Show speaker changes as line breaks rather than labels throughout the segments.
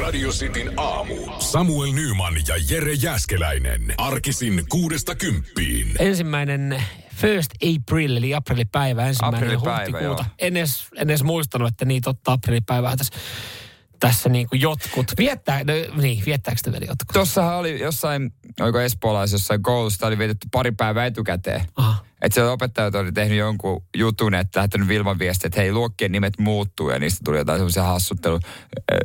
Radio Cityn aamu. Samuel Nyman ja Jere Jäskeläinen. Arkisin kuudesta kymppiin.
ensimmäinen First April, eli aprillipäivä, ensimmäinen
Aprillipäivä,
huhtikuuta.
joo.
En edes, en edes muistanut, että niitä ottaa aprillipäivää tässä, tässä niin kuin jotkut. Viettää, no, niin, viettääkö te vielä jotkut?
Tossahan oli jossain, oliko espoolaisessa jossain koulussa, oli vietetty pari päivää etukäteen.
Aha.
Että siellä opettajat oli tehnyt jonkun jutun, että lähtenyt Vilman viestiä, että hei, luokkien nimet muuttuu ja niistä tuli jotain semmoisia hassuttelu.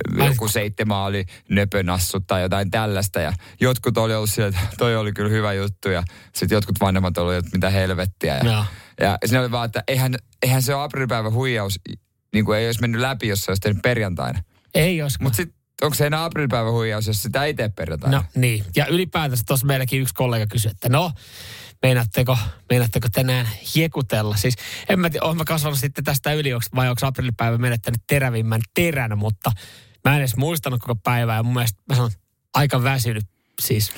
Ai.
Äh, Joku seitsemän oli nöpönassu tai jotain tällaista ja jotkut oli ollut sillä, että toi oli kyllä hyvä juttu ja sitten jotkut vanhemmat oli, että mitä helvettiä. Ja,
Joo.
ja. siinä oli vaan, että eihän, eihän se ole aprilpäivä huijaus, niin kuin ei olisi mennyt läpi, jos se olisi tehnyt perjantaina.
Ei olisi.
Mutta sitten onko se enää aprilpäivä huijaus, jos sitä ei tee perjantaina?
No niin, ja ylipäätänsä tuossa meilläkin yksi kollega kysyi, että no, meinaatteko, meinaatteko tänään hiekutella? Siis en mä tiedä, oon mä kasvanut sitten tästä yli, onks- vai onko aprillipäivä menettänyt terävimmän terän, mutta mä en edes muistanut koko päivää ja mun mielestä mä sanon, aika väsynyt siis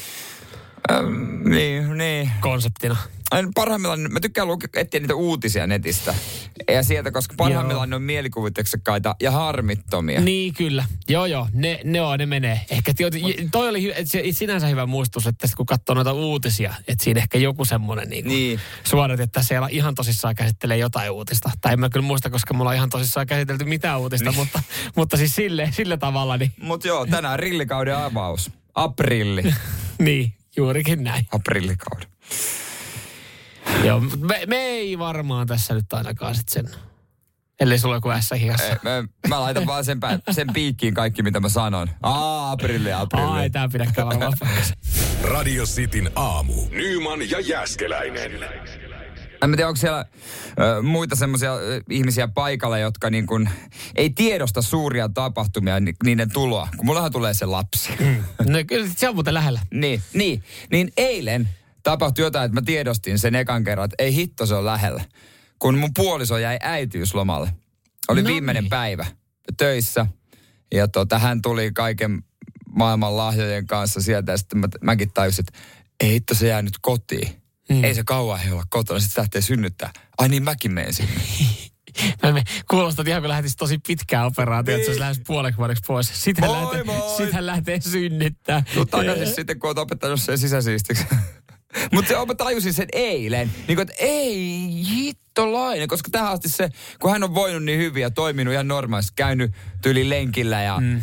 Ähm, niin, niin.
konseptina.
Aina Parhaimmillaan, mä tykkään luke, etsiä niitä uutisia netistä. Ja sieltä, koska parhaimmillaan ne on mielikuvituksekkaita ja harmittomia.
Niin, kyllä. Joo, joo. Ne, ne on, ne menee. Ehkä tioti, toi oli hy- et se- sinänsä hyvä muistutus, että sit kun katsoo noita uutisia, että siinä ehkä joku semmoinen niinku niin.
Niin.
suorat, että siellä ihan tosissaan käsittelee jotain uutista. Tai en mä kyllä muista, koska mulla on ihan tosissaan käsitelty mitään uutista, niin. mutta, mutta siis sille, sillä tavalla, niin,
Mut joo, tänään rillikauden avaus. Aprilli.
niin juurikin näin.
Aprillikauden.
Joo, mut me, me, ei varmaan tässä nyt ainakaan sit sen, ellei sulla joku S-hihassa.
Ei, Mä, mä laitan vaan sen, pää, sen piikkiin kaikki, mitä mä sanon. Aa, aprilli, aprilli.
Ai, tää pidäkään varmaan paikkansa.
Radio Cityn aamu. Nyman ja Jäskeläinen.
En mä tiedä, onko siellä ö, muita semmoisia ihmisiä paikalla, jotka niin kun, ei tiedosta suuria tapahtumia ni- niiden tuloa. Kun mullahan tulee se lapsi.
No kyllä se on muuten lähellä.
Niin, niin, niin eilen tapahtui jotain, että mä tiedostin sen ekan kerran, että ei hitto se on lähellä. Kun mun puoliso jäi äitiyslomalle. Oli
No
no
niin.
viimeinen niin. päivä töissä. Ja tota, hän tuli kaiken maailman lahjojen kanssa sieltä. Ja sitten mä, mäkin tajusin, että ei hitto se jää nyt kotiin. Mm. Ei se kauan ei olla kotona, sitten se lähtee synnyttää. Ai niin mäkin menen sinne.
Mä me- Kuulostat ihan kuin lähtisi tosi pitkään operaatioon, että se olisi lähes puoleksi vuodeksi pois. Sitten
Niin. Moi,
lähtee,
moi. No,
sit hän lähtee synnyttää.
Tuu takaisin sitten, kun oot opettanut sen sisäsiistiksi. Mutta mä tajusin sen eilen, niin kuin, että ei hittolainen, koska tähän asti se, kun hän on voinut niin hyvin ja toiminut ihan normaalisti, käynyt tyyli lenkillä ja mm.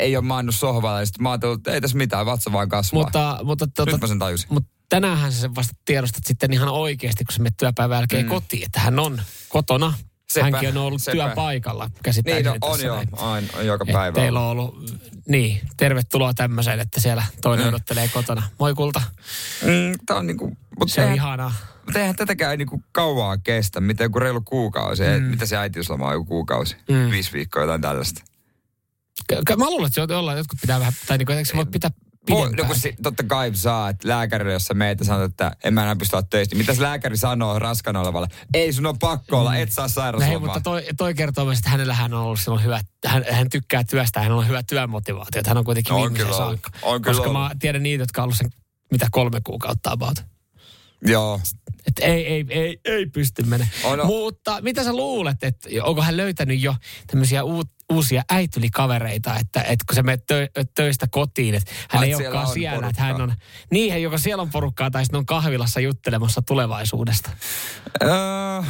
ei ole maannut sohvalla, ja sitten mä ajattelin, että ei tässä mitään, vatsa vaan kasvaa.
Mutta, mutta,
Nyt
tota,
mä sen tajusin.
mutta tänäänhän sä sen vasta tiedostat sitten ihan oikeasti, kun sä menet työpäivän jälkeen mm. kotiin, että hän on kotona.
Sepä,
Hänkin on ollut
sepä.
työpaikalla
Niin,
käsittääkseni
no, on
tässä
joo,
näin.
aina, joka
Et
päivä.
Teillä
on.
on ollut, niin, tervetuloa tämmöiseen, että siellä toinen odottelee kotona. Moi kulta,
Mm, tää on niinku, mutta
se on
eihän,
ihanaa.
mut eihän tätäkään niinku kauaa kestä, mitä joku reilu kuukausi, mm. mitä se äitiysloma on joku kuukausi,
Mm.
mm. viisi viikkoa jotain tällaista.
K- k- Mä luulen, että se on- jotkut pitää vähän, tai niin kuin, se voi pitää
Voi,
pidempään.
no kun si, totta kai saa, että lääkärille, jos sä meet ja sanot, että en mä enää pysty olla töistä. Mitäs lääkäri sanoo raskana olevalle? Ei sun on pakko olla, et saa
No hei,
sairauslomaa.
mutta toi, toi kertoo myös, että hänellä hän on ollut silloin hyvä, hän, hän tykkää työstä, hän on hyvä työmotivaatio, että hän on kuitenkin
No, On
viimeisen
kyllä ollut.
saakka.
On kyllä
Koska mä
ollut.
tiedän niitä, jotka on ollut sen mitä kolme kuukautta about. tota-
Joo.
Että ei, ei, ei, ei pysty mennä.
On, on.
Mutta mitä sä luulet, että onko hän löytänyt jo tämmöisiä uut, uusia äitylikavereita, että, että kun sä menet tö, töistä kotiin, että hän
Ai,
ei
siellä
olekaan
on
siellä, että
porukkaa.
hän on, niin joko siellä on porukkaa tai sitten on kahvilassa juttelemassa tulevaisuudesta.
Öö,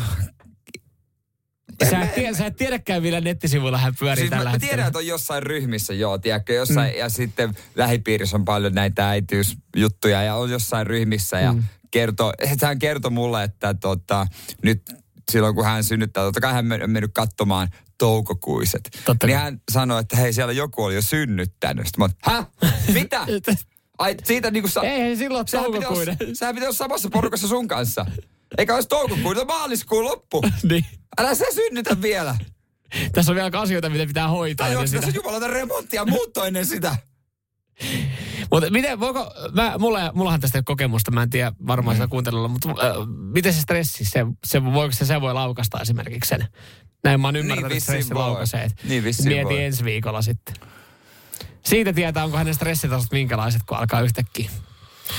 Sä et, tiedä, sä et tiedäkään, millä nettisivuilla hän pyörii
siis mä,
tällä
mä tiedän,
hetkellä.
että on jossain ryhmissä, joo, tiedätkö, jossain, mm. ja sitten lähipiirissä on paljon näitä äitiysjuttuja, ja on jossain ryhmissä, ja mm. kertoo, että hän kertoi mulle, että tota, nyt silloin kun hän synnyttää, totta kai hän men- on mennyt katsomaan toukokuiset.
Totta
niin
kai.
hän sanoi, että hei, siellä joku oli jo synnyttänyt. Sitten mä oon, häh? Mitä? Ai, siitä niinku sa-
Ei, ei silloin
Sehän pitää
toukokuinen.
olla- Sehän pitää olla samassa porukassa sun kanssa. Eikä olisi toukokuun, se on maaliskuun loppu.
niin.
Älä sä synnytä vielä.
Tässä on vielä asioita, mitä pitää hoitaa. Niin
Tai onko
ennen
tässä
niin sitä.
jumalata remonttia muutto ennen sitä?
Mutta miten, voiko, mä, mulla, mullahan tästä ei ole kokemusta, mä en tiedä
Mm.
varmaan sitä kuuntelulla, mutta äh, miten se stressi, se, se, voiko se, se voi laukasta esimerkiksi sen? Näin mä oon ymmärtänyt, että
vissiin
stressi
Niin voi.
laukaisee. et
Niin vissiin
Mieti
voi.
ensi viikolla sitten. Siitä tietää, onko hänen stressitasot minkälaiset, kun alkaa yhtäkkiä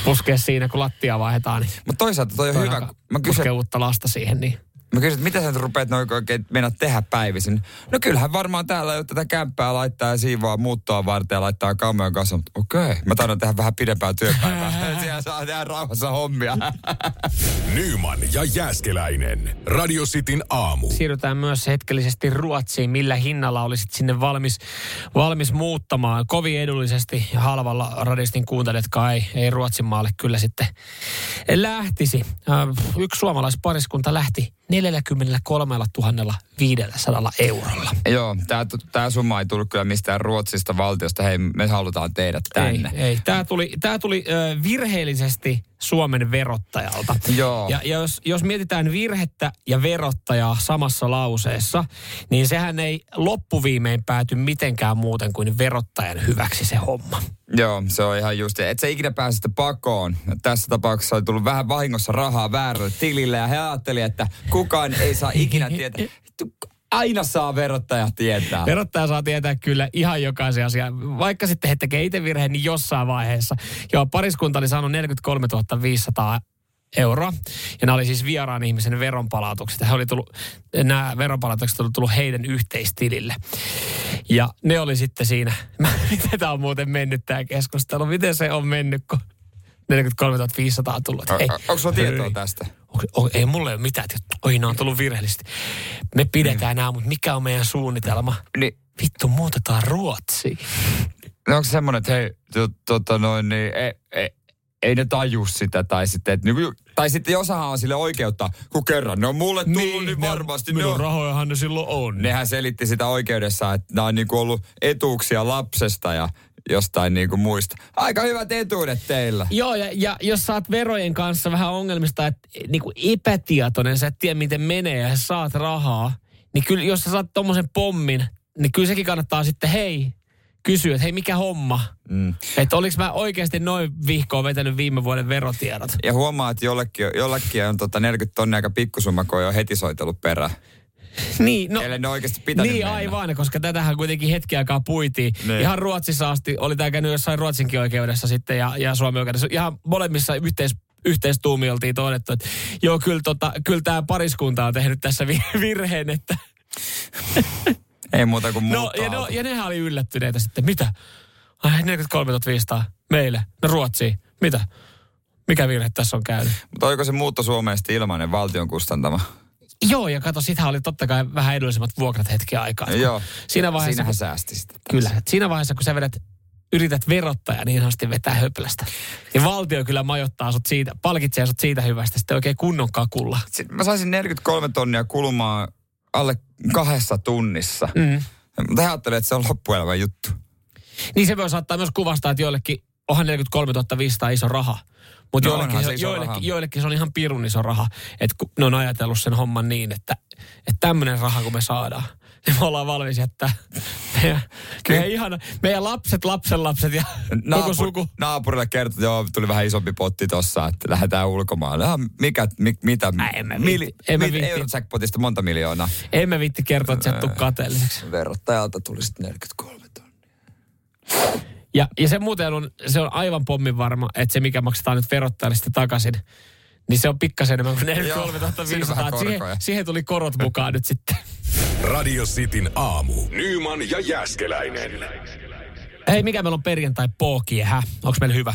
puskea siinä, kun lattia vaihdetaan. Niin
Mutta toisaalta toi on
toi
hyvä.
alkaa
kun Mä
puskea
kysyn,
uutta lasta siihen, niin
Mä kysyin, että mitä sä nyt rupeat noin oikein mennä tehdä päivisin? No kyllähän varmaan täällä jo tätä kämppää laittaa ja siivoaa muuttoa varten ja laittaa kammojen kanssa. Mutta okei, okay. mä taidan tehdä vähän pidempää työpäivää. Siellä saa tehdä rauhassa hommia.
Nyman ja Jääskeläinen. Radio Cityn aamu.
Siirrytään myös hetkellisesti Ruotsiin. Millä hinnalla olisit sinne valmis, valmis muuttamaan? Kovin edullisesti ja halvalla radistin kuuntelijatkaan ei, ei Ruotsin maalle kyllä sitten lähtisi. Äh, Yksi suomalaispariskunta lähti 43 500 eurolla.
Joo, tää, tää summa ei tullut kyllä mistään Ruotsista valtiosta. Hei, me halutaan teidät tänne.
Ei, ei. Tämä tuli, tää tuli ö, virheellisesti Suomen verottajalta.
Joo.
Ja ja jos, jos mietitään virhettä ja verottajaa samassa lauseessa, niin sehän ei loppuviimein pääty mitenkään muuten kuin verottajan hyväksi se homma.
Joo, se on ihan just. Et sä ikinä pääse sitä pakoon. Tässä tapauksessa oli tullut vähän vahingossa rahaa väärälle tilille ja he ajatteli, että kukaan ei saa ikinä tietää. Vittu, Aina saa verottaja tietää.
Ah. Verottaja saa tietää kyllä ihan jokaisen asian. Vaikka sitten he tekee itse virheen, niin jossain vaiheessa. Joo, pariskunta oli saanut 43 500 euroa. Ja nämä oli siis vieraan ihmisen veronpalautukset. He oli tullut, nämä veronpalautukset oli tullut heidän yhteistilille. Ja ne oli sitten siinä. Miten tämä on muuten mennyt tämä keskustelu? Miten se on mennyt, kun 43 500 on tullut? Hei.
Onko sulla tietoa tästä?
Onko- on- ei mulle ole mitään. tietoa. Oi, nämä on tullut virheellisesti. Me
Mm.
pidetään nämä, mutta mikä on meidän suunnitelma?
Niin,
Vittu, muutetaan Ruotsiin.
No onko semmoinen, että hei, to, tota noin, niin, ei, ei, ei ne taju sitä, tai sitten, että, niinku- tai sitten osahan on sille oikeutta, kun kerran ne on mulle tullut, niin, niin
ne on-
varmasti ne
Minun
on.
rahojahan ne silloin on.
Nehän selitti sitä oikeudessa, että nämä on niinku ollut etuuksia lapsesta ja jostain niinku muista. Aika hyvät etuudet teillä.
Joo, ja, ja jos saat verojen kanssa vähän ongelmista, että niinku epätietoinen, sä et tiedä miten menee ja saat rahaa, niin kyllä jos sä saat tommosen pommin, niin kyllä sekin kannattaa sitten hei kysyä, että hei mikä homma? Mm. Että oliks mä oikeasti noin vihkoon vetänyt viime vuoden verotiedot?
Ja huomaa, että jollekin, jollekin on tota 40 tonnia aika pikkusumma, kun on jo heti soitellut perään.
Niin,
No,
no,
Eli ne on oikeasti pitänyt
niin
mennä.
aivan, koska tätähän kuitenkin hetki aikaa puitiin.
Niin.
Ne. Ihan Ruotsissa asti, oli tämä käynyt jossain Ruotsinkin oikeudessa sitten ja, ja Suomen oikeudessa. Ihan molemmissa yhteis, yhteistuumi oltiin todettu, että joo, kyllä, tota, kyllä tämä pariskunta on tehnyt tässä vi- virheen, että...
Ei muuta kuin
No,
muuttaa.
ja, no, ja nehän oli yllättyneitä sitten. Mitä? Ai, 43 500 meille. No Ruotsiin. Mitä? Mikä virhe tässä on käynyt?
Mutta oliko se muutto Suomeen sitten ilmainen valtion kustantama?
Joo, ja kato, sitähän oli totta kai vähän edullisemmat vuokrat hetki aikaa.
Joo.
Siinä vaiheessa,
Siinähän säästi sitä.
Kyllä. Et Siinä vaiheessa, kun sä vedät, yrität verottaja, niin ihanasti vetää höplästä. Ja valtio kyllä majottaa sut siitä, palkitsee sut siitä hyvästä sitten oikein kunnon kakulla.
Sit mä saisin 43 tonnia kulumaa alle kahdessa tunnissa.
Mm.
Mutta hän ajattelee, että se on loppuelämän juttu.
Niin se voi saattaa myös kuvastaa, että joillekin onhan 43 500 iso raha. Mutta
No
no joillekin,
onhan
se,
se iso raha.
joillekin, joillekin, se on ihan pirun iso raha. Että kun ne on ajatellut sen homman niin, että, että tämmöinen raha kun me saadaan, niin me ollaan valmis jättää meidän, meidän, ihana, meidän lapset, lapsenlapset ja koko suku.
Naapurille kertoi, että joo, tuli vähän isompi potti tossa, että lähdetään ulkomaille. Ah, mikä, mi, mitä?
Ää, en mä viitti. En mä viitti.
Eurojackpotista monta miljoonaa.
Emme vitti kertoa, että sä et tuu kateelliseksi.
Verottajalta tuli sitten 43 tonnia.
Ja, ja se muuten on, se on aivan pommin varma, että se mikä maksetaan nyt verottajalle sitten takaisin, niin se on pikkasen enemmän kuin
Joo,
43
siinä on
500.
vähän
Siihen,
korkoja.
siihen tuli korot mukaan nyt sitten.
Radio Cityn aamu. Nyman ja Jääskeläinen.
Hei, mikä meillä on perjantai pookiehä? Onko meillä hyvä?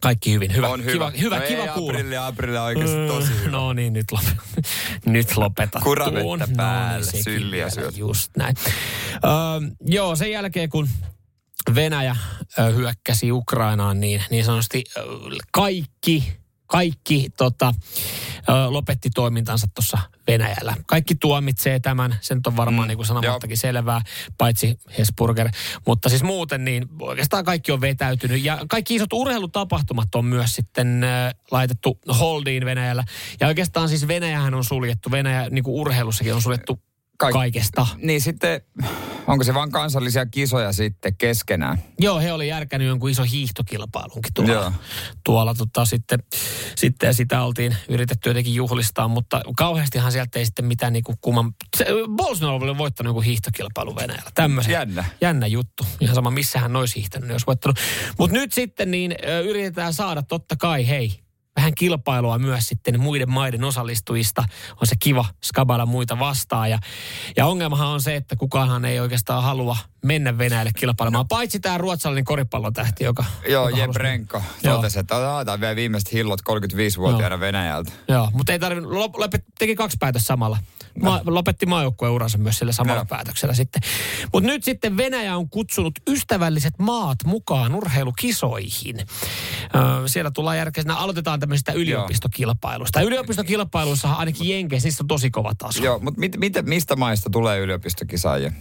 Kaikki hyvin. Hyvä,
On hyvä.
kiva, hyvä,
no
kiva
ei,
kuulla.
Aprille, aprille oikeasti tosi hyvä.
No niin, nyt, lop... nyt lopeta.
Kuravettä
tuon. No niin,
päälle,
sekin
sylliä
vielä,
syöt.
Just näin. Öö, joo, sen jälkeen kun Venäjä ö, hyökkäsi Ukrainaan, niin niin sanotusti ö, kaikki, kaikki tota, ö, lopetti toimintansa tuossa Venäjällä. Kaikki tuomitsee tämän, sen nyt on varmaan mm, niin kuin sanomattakin selvää, paitsi Hesburger. Mutta siis muuten niin oikeastaan kaikki on vetäytynyt ja kaikki isot urheilutapahtumat on myös sitten ö, laitettu holdiin Venäjällä. Ja oikeastaan siis Venäjähän on suljettu, Venäjä niin kuin urheilussakin on suljettu
Kaik-
kaikesta.
Niin sitten, onko se vaan kansallisia kisoja sitten keskenään?
Joo, he oli järkännyt jonkun iso hiihtokilpailunkin tuolla.
Joo.
Joo. Tuolla tota, sitten, sitten sitä oltiin yritetty jotenkin juhlistaa, mutta kauheastihan sieltä ei sitten mitään niinku kumman... Se, Bolsonaro oli voittanut jonkun hiihtokilpailun Venäjällä. Tämmöisen.
Jännä.
Jännä juttu. Ihan sama, missä hän olisi hiihtänyt, jos voittanut. Mutta nyt sitten niin ö, yritetään saada totta kai, hei, vähän kilpailua myös sitten muiden maiden osallistujista. On se kiva skabailla muita vastaan. Ja, ja ongelmahan on se, että kukaanhan ei oikeastaan halua mennä Venäjälle kilpailemaan. No. Paitsi tämä ruotsalainen koripallotähti, joka...
Joo,
joka
Jeb
halusi-
Renko
Joo.
totesi, että otetaan vielä viimeiset hillot 35-vuotiaana
Joo.
Venäjältä.
Joo, mutta ei tarvinnut, lop, lopet, teki kaksi päätöstä samalla. Ma, lopetti maajoukkueen uransa myös sillä samalla
Joo.
päätöksellä sitten. Mutta nyt sitten Venäjä on kutsunut ystävälliset maat mukaan urheilukisoihin. Öö, siellä tullaan järkeisenä, aloitetaan tämmöisistä yliopistokilpailusta. Yliopistokilpailuissa yliopistokilpailuissahan ainakin Jenkeissä, niissä on tosi kova taso.
Joo, mutta mit, mit, mistä maista tulee yliopistokisaajia?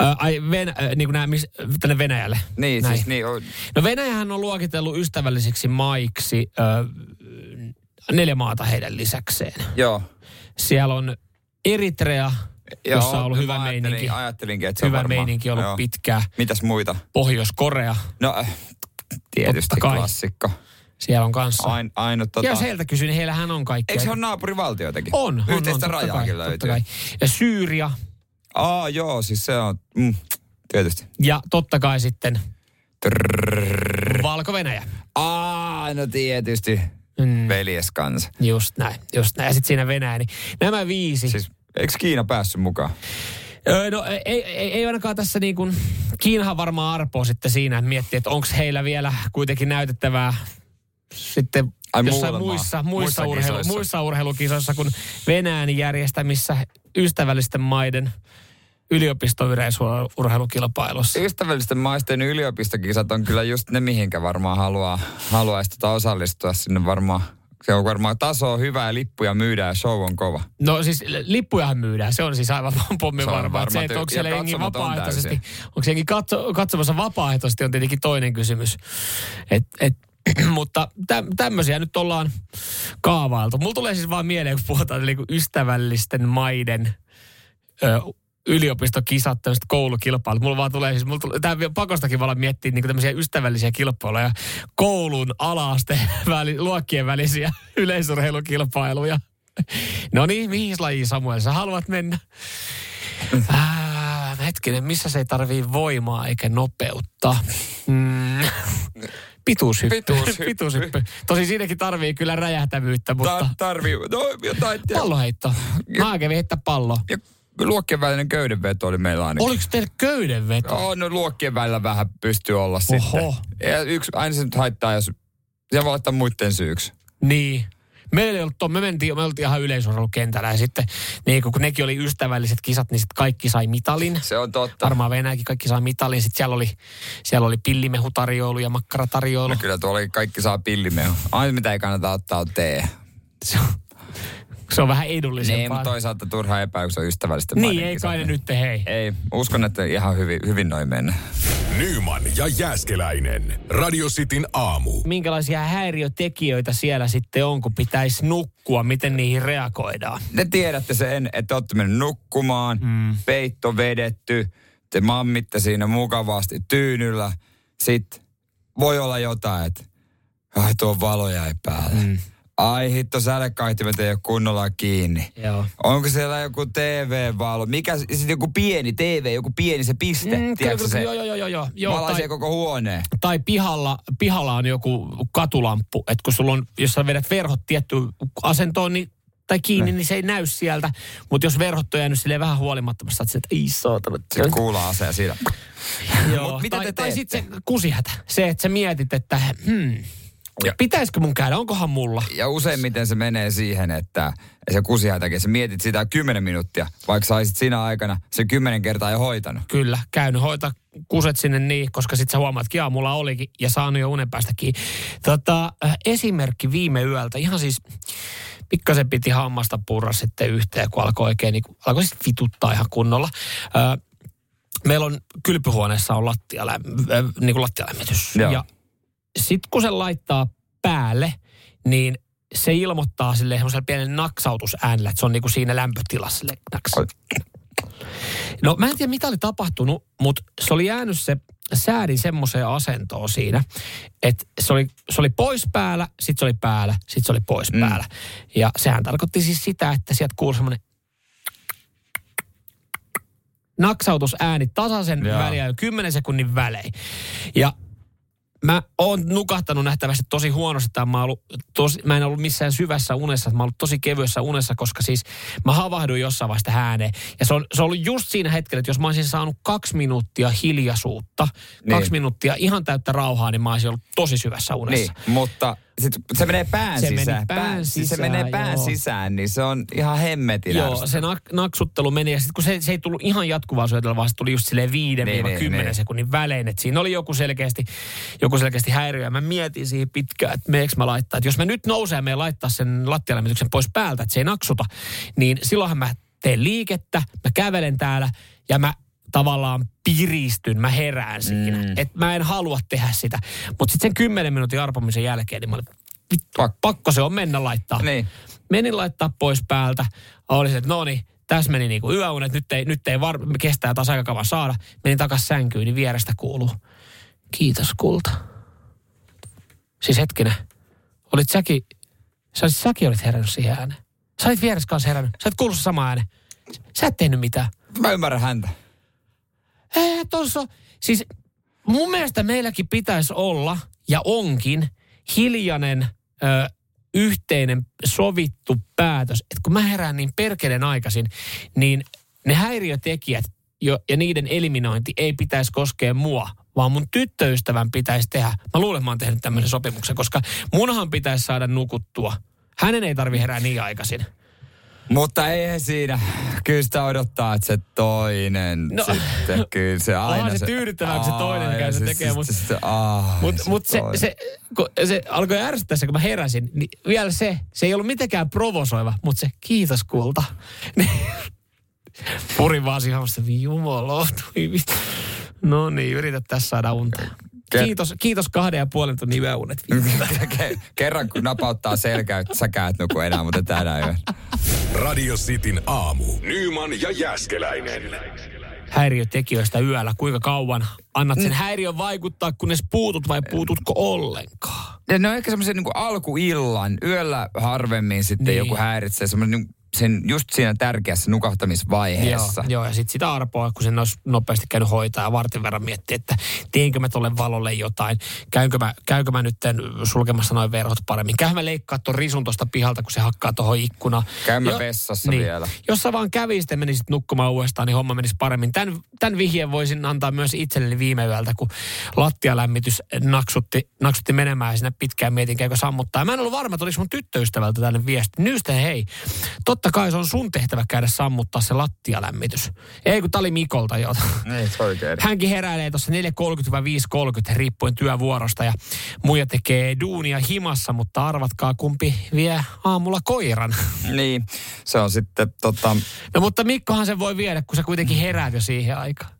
Öö, ai, Ven, öö, niin kuin nämä, mis- tänne Venäjälle.
Niin,
Näin.
siis niin, o-
No Venäjähän on luokitellut ystävällisiksi maiksi ö, neljä maata heidän lisäkseen.
joo.
Siellä on Eritrea,
Joo,
jossa on ollut
mä
hyvä
ajattelin-
meininki.
Ajattelinkin, että se on
Hyvä
varmaan-
meininki on ollut
joo.
pitkään.
Mitäs muita?
Pohjois-Korea,
No, äh, tietysti
Totta kai.
klassikko.
siellä on kanssa.
Ain, ainut tota...
Ja jos heiltä kysyn, niin heillähän on kaikkea.
Eikö se ole naapurivaltioitakin?
On, on,
Yhteistä
on, totta
rajaa
kai,
kyllä
totta
löytyy.
kai. Ja Syyria
Aa, joo, siis se on... Mm, tietysti.
ja totta kai sitten
Trrrr.
Valko-Venäjä.
Aa, no tietysti.
Mm.
Veljeskansa.
Just näin, just näin. Ja sitten siinä Venäjä. Niin nämä viisi.
Siis eikö Kiina päässyt mukaan?
Öö, No ei, ei, ei ainakaan tässä niin kuin, Kiinahan varmaan arpoo sitten siinä, että miettii, että onko heillä vielä kuitenkin näytettävää sitten
Ai
jossain
muualla
muissa,
maa-
muissa,
muissa
urheilu,
kisoissa.
muissa urheilukisoissa kuin Venäjän järjestämissä ystävällisten maiden yliopistoyreisurheilukilpailussa.
Ystävällisten maisten yliopistokisat on kyllä just ne, mihinkä varmaan haluaa, haluaisi tota osallistua sinne varmaan. Se on varmaan taso on hyvä ja lippuja myydään ja show on kova.
No siis lippujahan myydään, se on siis aivan pommi
Se on
varma.
varma
Se, että
tyy-
onko
ja
siellä jengi
katsomat on
vapaaehtoisesti,
täysiä.
onko jengi katso, katsomassa vapaaehtoisesti on tietenkin toinen kysymys. Et, et, mutta tä, tämmöisiä nyt ollaan kaavailtu. Mulla tulee siis vaan mieleen, kun puhutaan niinku ystävällisten maiden ö, yliopistokisat, tämmöiset koulukilpailut. Mulla vaan tulee siis, mulla tulee, tää vielä pakostakin vaan miettiä niinku tämmöisiä ystävällisiä kilpailuja. Koulun alaasteen väli, luokkien välisiä yleisurheilukilpailuja. No niin, mihin lajiin Samuel sä haluat mennä? Ah, hetkinen, missä se ei tarvii voimaa eikä nopeutta? Mm. Pituushyppy.
Pituushyppy.
Pituushyppy. Tosi siinäkin tarvii kyllä räjähtävyyttä, mutta
Tar- tarvii, no jotain.
palloheitto. Mä kävin heittää pallo.
Ja luokkien välinen köydenveto oli meillä ainakin.
Oliko teillä köydenveto?
Oh, no luokkien välillä vähän pystyy olla
Oho.
sitten. Ja yksi, aina se nyt haittaa, jos se voi laittaa muiden syyksi.
Niin. Meillä ei ollut tuo, me mentiin, me oltiin ihan yleisurheilukentällä ja sitten niin kun kun nekin oli ystävälliset kisat, niin sitten kaikki sai mitalin.
Se on totta.
Varmaan Venäjäkin kaikki sai mitalin. Sitten siellä oli, siellä oli pillimehutarjoulu ja makkaratarjoulu.
No kyllä tuolla kaikki saa pillimehu. Aina mitä ei kannata ottaa on tee.
Se on, se on vähän
Niin,
edullisempaa.
mutta toisaalta turha epäyks on ystävällistä.
niin ei kai ne nyt hei.
Ei, uskon, että ihan hyvin, hyvin noin mennä.
Nyman ja Jääskeläinen. Radio Cityn aamu.
Minkälaisia häiriötekijöitä siellä sitten on, kun pitäisi nukkua? Miten niihin reagoidaan?
Te tiedätte sen, että olette mennyt nukkumaan, mm. peitto vedetty, te mammitte siinä mukavasti tyynyllä. Sitten voi olla jotain, että ai tuo valo jäi päälle. Mm. Ai hitto, sälekkaihtimet ei ole kunnolla kiinni.
Joo.
Onko siellä joku TV-valo? Mikä, sitten joku pieni TV, joku pieni se piste, mm,
kyllä,
tiedätkö se?
joo, joo, joo, joo, joo. joo
Valaisee
tai-
koko huoneen.
tai pihalla, pihalla on joku katulamppu, että kun sulla on, jos sä vedät verhot tiettyyn asentoon, niin tai kiinni, niin se ei näy sieltä. Mutta jos verhot on jäänyt silleen vähän huolimattomasti, että ei saatana.
Sitten kuulaa se ja siinä.
Joo,
Mut mitä
tai,
te
tai
teette?
sitten se kusihätä. Se, että sä mietit, että hmm,
Ja-
pitäisikö mun käydä, onkohan mulla?
Ja useimmiten se menee siihen, että se kusihätäkin, sä mietit sitä 10 minuuttia, vaikka saisit siinä aikana se 10 kertaa jo hoitanut.
Kyllä, käynyt hoita kuset sinne niin, koska sitten sä huomaat, että aamulla olikin ja saanut jo unen päästä kiinni. Tota, äh, esimerkki viime yöltä, ihan siis pikkasen piti hammasta purra sitten yhteen, kun alkoi oikein, niin alkoi sitten vituttaa ihan kunnolla. Äh, meillä on kylpyhuoneessa on lattialä, äh, niin kuin lattialämmitys.
Joo.
Ja sitten kun se laittaa päälle, niin se ilmoittaa sille semmoiselle pienelle naksautusäänellä, että se on niinku siinä lämpötilassa. silleen naks.
Oi.
No mä en tiedä mitä oli tapahtunut, mutta se oli jäänyt se säädin semmoiseen asentoon siinä, että se oli, se oli pois päällä, sitten se oli päällä, sitten se oli pois
Mm.
päällä. Ja sehän tarkoitti siis sitä, että sieltä kuului semmoinen naksautusääni tasaisen
Joo.
väliä, 10 sekunnin välein. Ja mä oon nukahtanut nähtävästi tosi huonosti. Tai mä, ollut tosi, mä en ollut missään syvässä unessa. Mä oon ollut tosi kevyessä unessa, koska siis mä havahduin jossain vaiheessa tähän ääneen. Ja se on, se on ollut just siinä hetkellä, että jos mä olisin saanut kaksi minuuttia hiljaisuutta, niin. kaksi minuuttia ihan täyttä rauhaa, niin mä olisin ollut tosi syvässä unessa.
Niin, mutta sit, se menee pään
Se meni
sisään.
pään
siis se
sisään,
menee pään
joo.
sisään, niin se on ihan hemmetin
Joo,
ärsyttävää.
se nak- naksuttelu meni ja sitten kun se, se ei tullut ihan jatkuvaa syötellä, vaan se tuli just silleen
Niin,
5-10
niin, niin.
sekunnin välein. Et siinä oli joku selkeästi, joku selkeästi häiriö ja mä mietin siihen pitkään, että meekö mä laittaa. Et jos mä nyt nousen ja me laittaa sen lattialämmityksen pois päältä, että se ei naksuta, niin silloinhan mä teen liikettä, mä kävelen täällä ja mä tavallaan piristyn, mä herään siinä. Mm. Et mä en halua tehdä sitä. Mutta sitten sen 10 minuutin arpomisen jälkeen, niin mä olin, vittu,
Pakko.
pakko se on mennä laittaa
Niin.
menin laittaa pois päältä. Oli se, että no niin, tässä meni niinku yöunet, nyt ei, nyt ei var- kestää taas aika kauan saada. Menin takas sänkyyn, niin vierestä kuuluu. Kiitos kulta. Siis hetkinen, olit säkin, sä, olit- säkin olit herännyt siihen ääneen. Sä olit vieressä kanssa herännyt, sä et kuullut sitä samaa ääneen. Sä et tehnyt mitään.
Mä ymmärrän häntä.
Ei, tossa, siis mun mielestä meilläkin pitäisi olla, ja onkin, hiljainen ö, yhteinen sovittu päätös. Että kun mä herään niin perkeleen aikaisin, niin ne häiriötekijät jo, ja niiden eliminointi ei pitäisi koskea mua, vaan mun tyttöystävän pitäisi tehdä. Mä luulen, mä oon tehnyt tämmöisen sopimuksen, koska munhan pitäisi saada nukuttua. Hänen ei tarvi herää niin aikaisin.
Mutta eihän siinä. Kyllä sitä odottaa, että se toinen
No.
no. sitten. Kyllä se aina
se tyydyttävää, kun se toinen
Ai,
käy sen
siis-
tekee, mut-
siis- siis- ai,
Mutta mut se,
toinen.
se, kun se alkoi ärsyttää se, kun mä heräsin. Niin vielä se, se ei ollut mitenkään provosoiva, mutta se kiitos kulta. Niin Purin vaan siihen hammasta, jumalohtui. No niin, yritä tässä saada unta.
Ker-
Kiitos, kiitos kahden ja puolen tunnin yöunet.
Ke- Kerran kun napauttaa selkää, että säkään et nuku enää, mutta tänä yönä.
Radio Cityn aamu. Nyman ja Jäskeläinen.
Häiriötekijöistä yöllä, kuinka kauan annat sen häiriön vaikuttaa, kunnes puutut vai puututko ollenkaan?
Ja ne on ehkä semmoisen niin alkuillan, yöllä harvemmin sitten
Niin.
niin. joku häiritsee semmoinen niin sen just siinä tärkeässä nukahtamisvaiheessa.
Joo, joo ja sitten sitä arpoa, kun sen olisi nopeasti käynyt hoitaa ja vartin verran miettiä, että teenkö mä tolle valolle jotain, käynkö mä, käynkö mä nyt sulkemassa noin verhot paremmin, käyn mä leikkaa ton risun tosta pihalta, kun se hakkaa tuohon ikkunaan.
Käyn mä
Jo-
vessassa
Niin.
vielä.
Jos sä vaan kävisit ja menisit nukkumaan uudestaan, niin homma menisi paremmin. Tän, tän vihjeen voisin antaa myös itselleni viime yöltä, kun lattialämmitys naksutti, naksutti menemään ja siinä pitkään mietin, käykö sammuttaa. Ja Mä en ollut varma, että oliko mun tyttöystävältä tänne viesti. Nyysten hei, totta kai se on sun tehtävä käydä sammuttaa se lattialämmitys. Ei kun tää oli Mikolta jo.
Ei, se oikein.
Hänkin heräilee tuossa 4.30-5.30 riippuen työvuorosta ja muija tekee duunia himassa, mutta arvatkaa kumpi vie aamulla koiran.
Niin, se on sitten tota,
No mutta Mikkohan sen voi viedä, kun sä kuitenkin heräät jo siihen aikaan.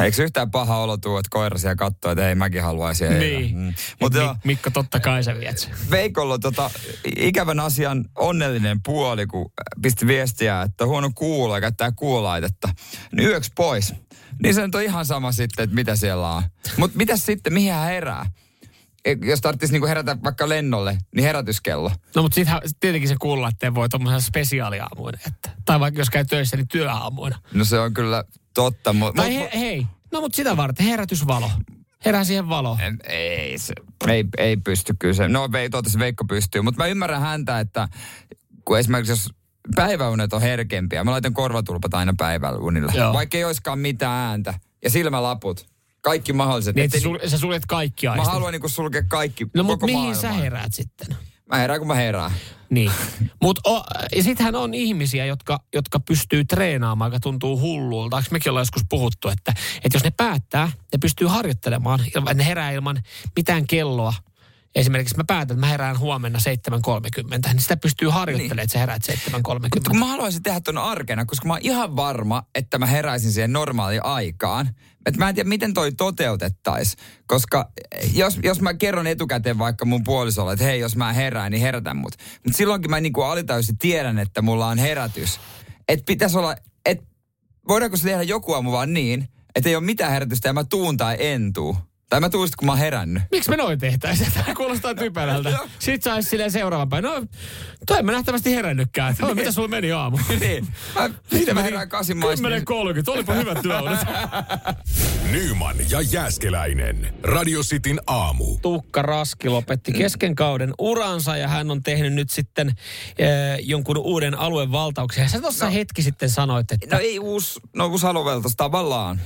eikö se yhtään paha olo tuu, että koira siellä katsoo, että ei mäkin haluaisi
Niin.
elää. Mm. Mutta
Mut
joo,
Mik- Mikko, totta kai sä viet sen.
Veikolla on tota, ikävän asian onnellinen puoli, kun pisti viestiä, että huono kuulo ja käyttää kuulaitetta. Niin yöksi pois. Niin se nyt on ihan sama sitten, että mitä siellä on. Mutta mitä sitten, mihin hän herää? E- Jos tarvitsisi niinku herätä vaikka lennolle, niin herätyskello.
No mutta sittenhän tietenkin se kuulla, että voi tuommoisena spesiaaliaamuina. Että, tai vaikka jos käy töissä, niin työaamuina.
No se on kyllä totta. Mu-
Tai
mu-
he, hei, no mutta sitä varten herätysvalo. Herää siihen valoon.
En- Ei, se, ei, ei pysty kyllä se. No ei toivottavasti Veikko pystyy, mutta mä ymmärrän häntä, että kun esimerkiksi jos päiväunet on herkempiä, mä laitan korvatulpat aina päivällä unilla,
Joo.
vaikka ei olisikaan mitään ääntä. Ja silmälaput, kaikki mahdolliset.
Niin,
Ettei
että sä, sul, sä suljet kaikki
niinku- mä
aistit.
haluan niinku sulkea kaikki,
No
koko
mutta mihin
maailman.
sä heräät sitten?
Mä herään, kun mä herään.
Niin. Mut o, ja sittenhän on ihmisiä, jotka, jotka pystyy treenaamaan, joka tuntuu hullulta. Eikö mekin ollaan joskus puhuttu, että, että jos ne päättää, ne pystyy harjoittelemaan, ilman- ne herää ilman mitään kelloa. Esimerkiksi mä päätän, että mä herään huomenna 7.30, niin sitä pystyy harjoittelemaan, niin. että sä heräät 7.30.
Mutta kun mä haluaisin tehdä ton arkena, koska mä oon ihan varma, että mä heräisin siihen normaaliin aikaan. Et mä en tiedä, miten toi toteutettaisiin. Koska jos, jos mä kerron etukäteen vaikka mun puolisolle, että hei, jos mä herään, niin herätän mut. Mutta silloinkin mä niinku alitäysin tiedän, että mulla on herätys. Että pitäisi olla, että voidaanko se tehdä joku aamu vaan niin, että ei ole mitään herätystä ja mä tuun tai en tuu. Tai mä tuun sit, kun mä oon herännyt.
Miksi me noin tehtäisiin? Tämä kuulostaa typerältä. Sitten saisi silleen seuraavan päin. No, toi mä nähtävästi herännytkään. No, mitä sulla meni aamu?
niin. Mä,
Mitä
Mitä mä herään niin- kasin maista.
10.30. Olipa hyvät työunet.
Nyman ja Jääskeläinen. Radio Cityn aamu.
Tuukka Raski lopetti kesken kauden uransa ja hän on tehnyt nyt sitten eh, jonkun uuden aluevaltauksen. Ja Sä tuossa no. hetki sitten sanoit, että,
No ei uus, no uus haloveltas tavallaan.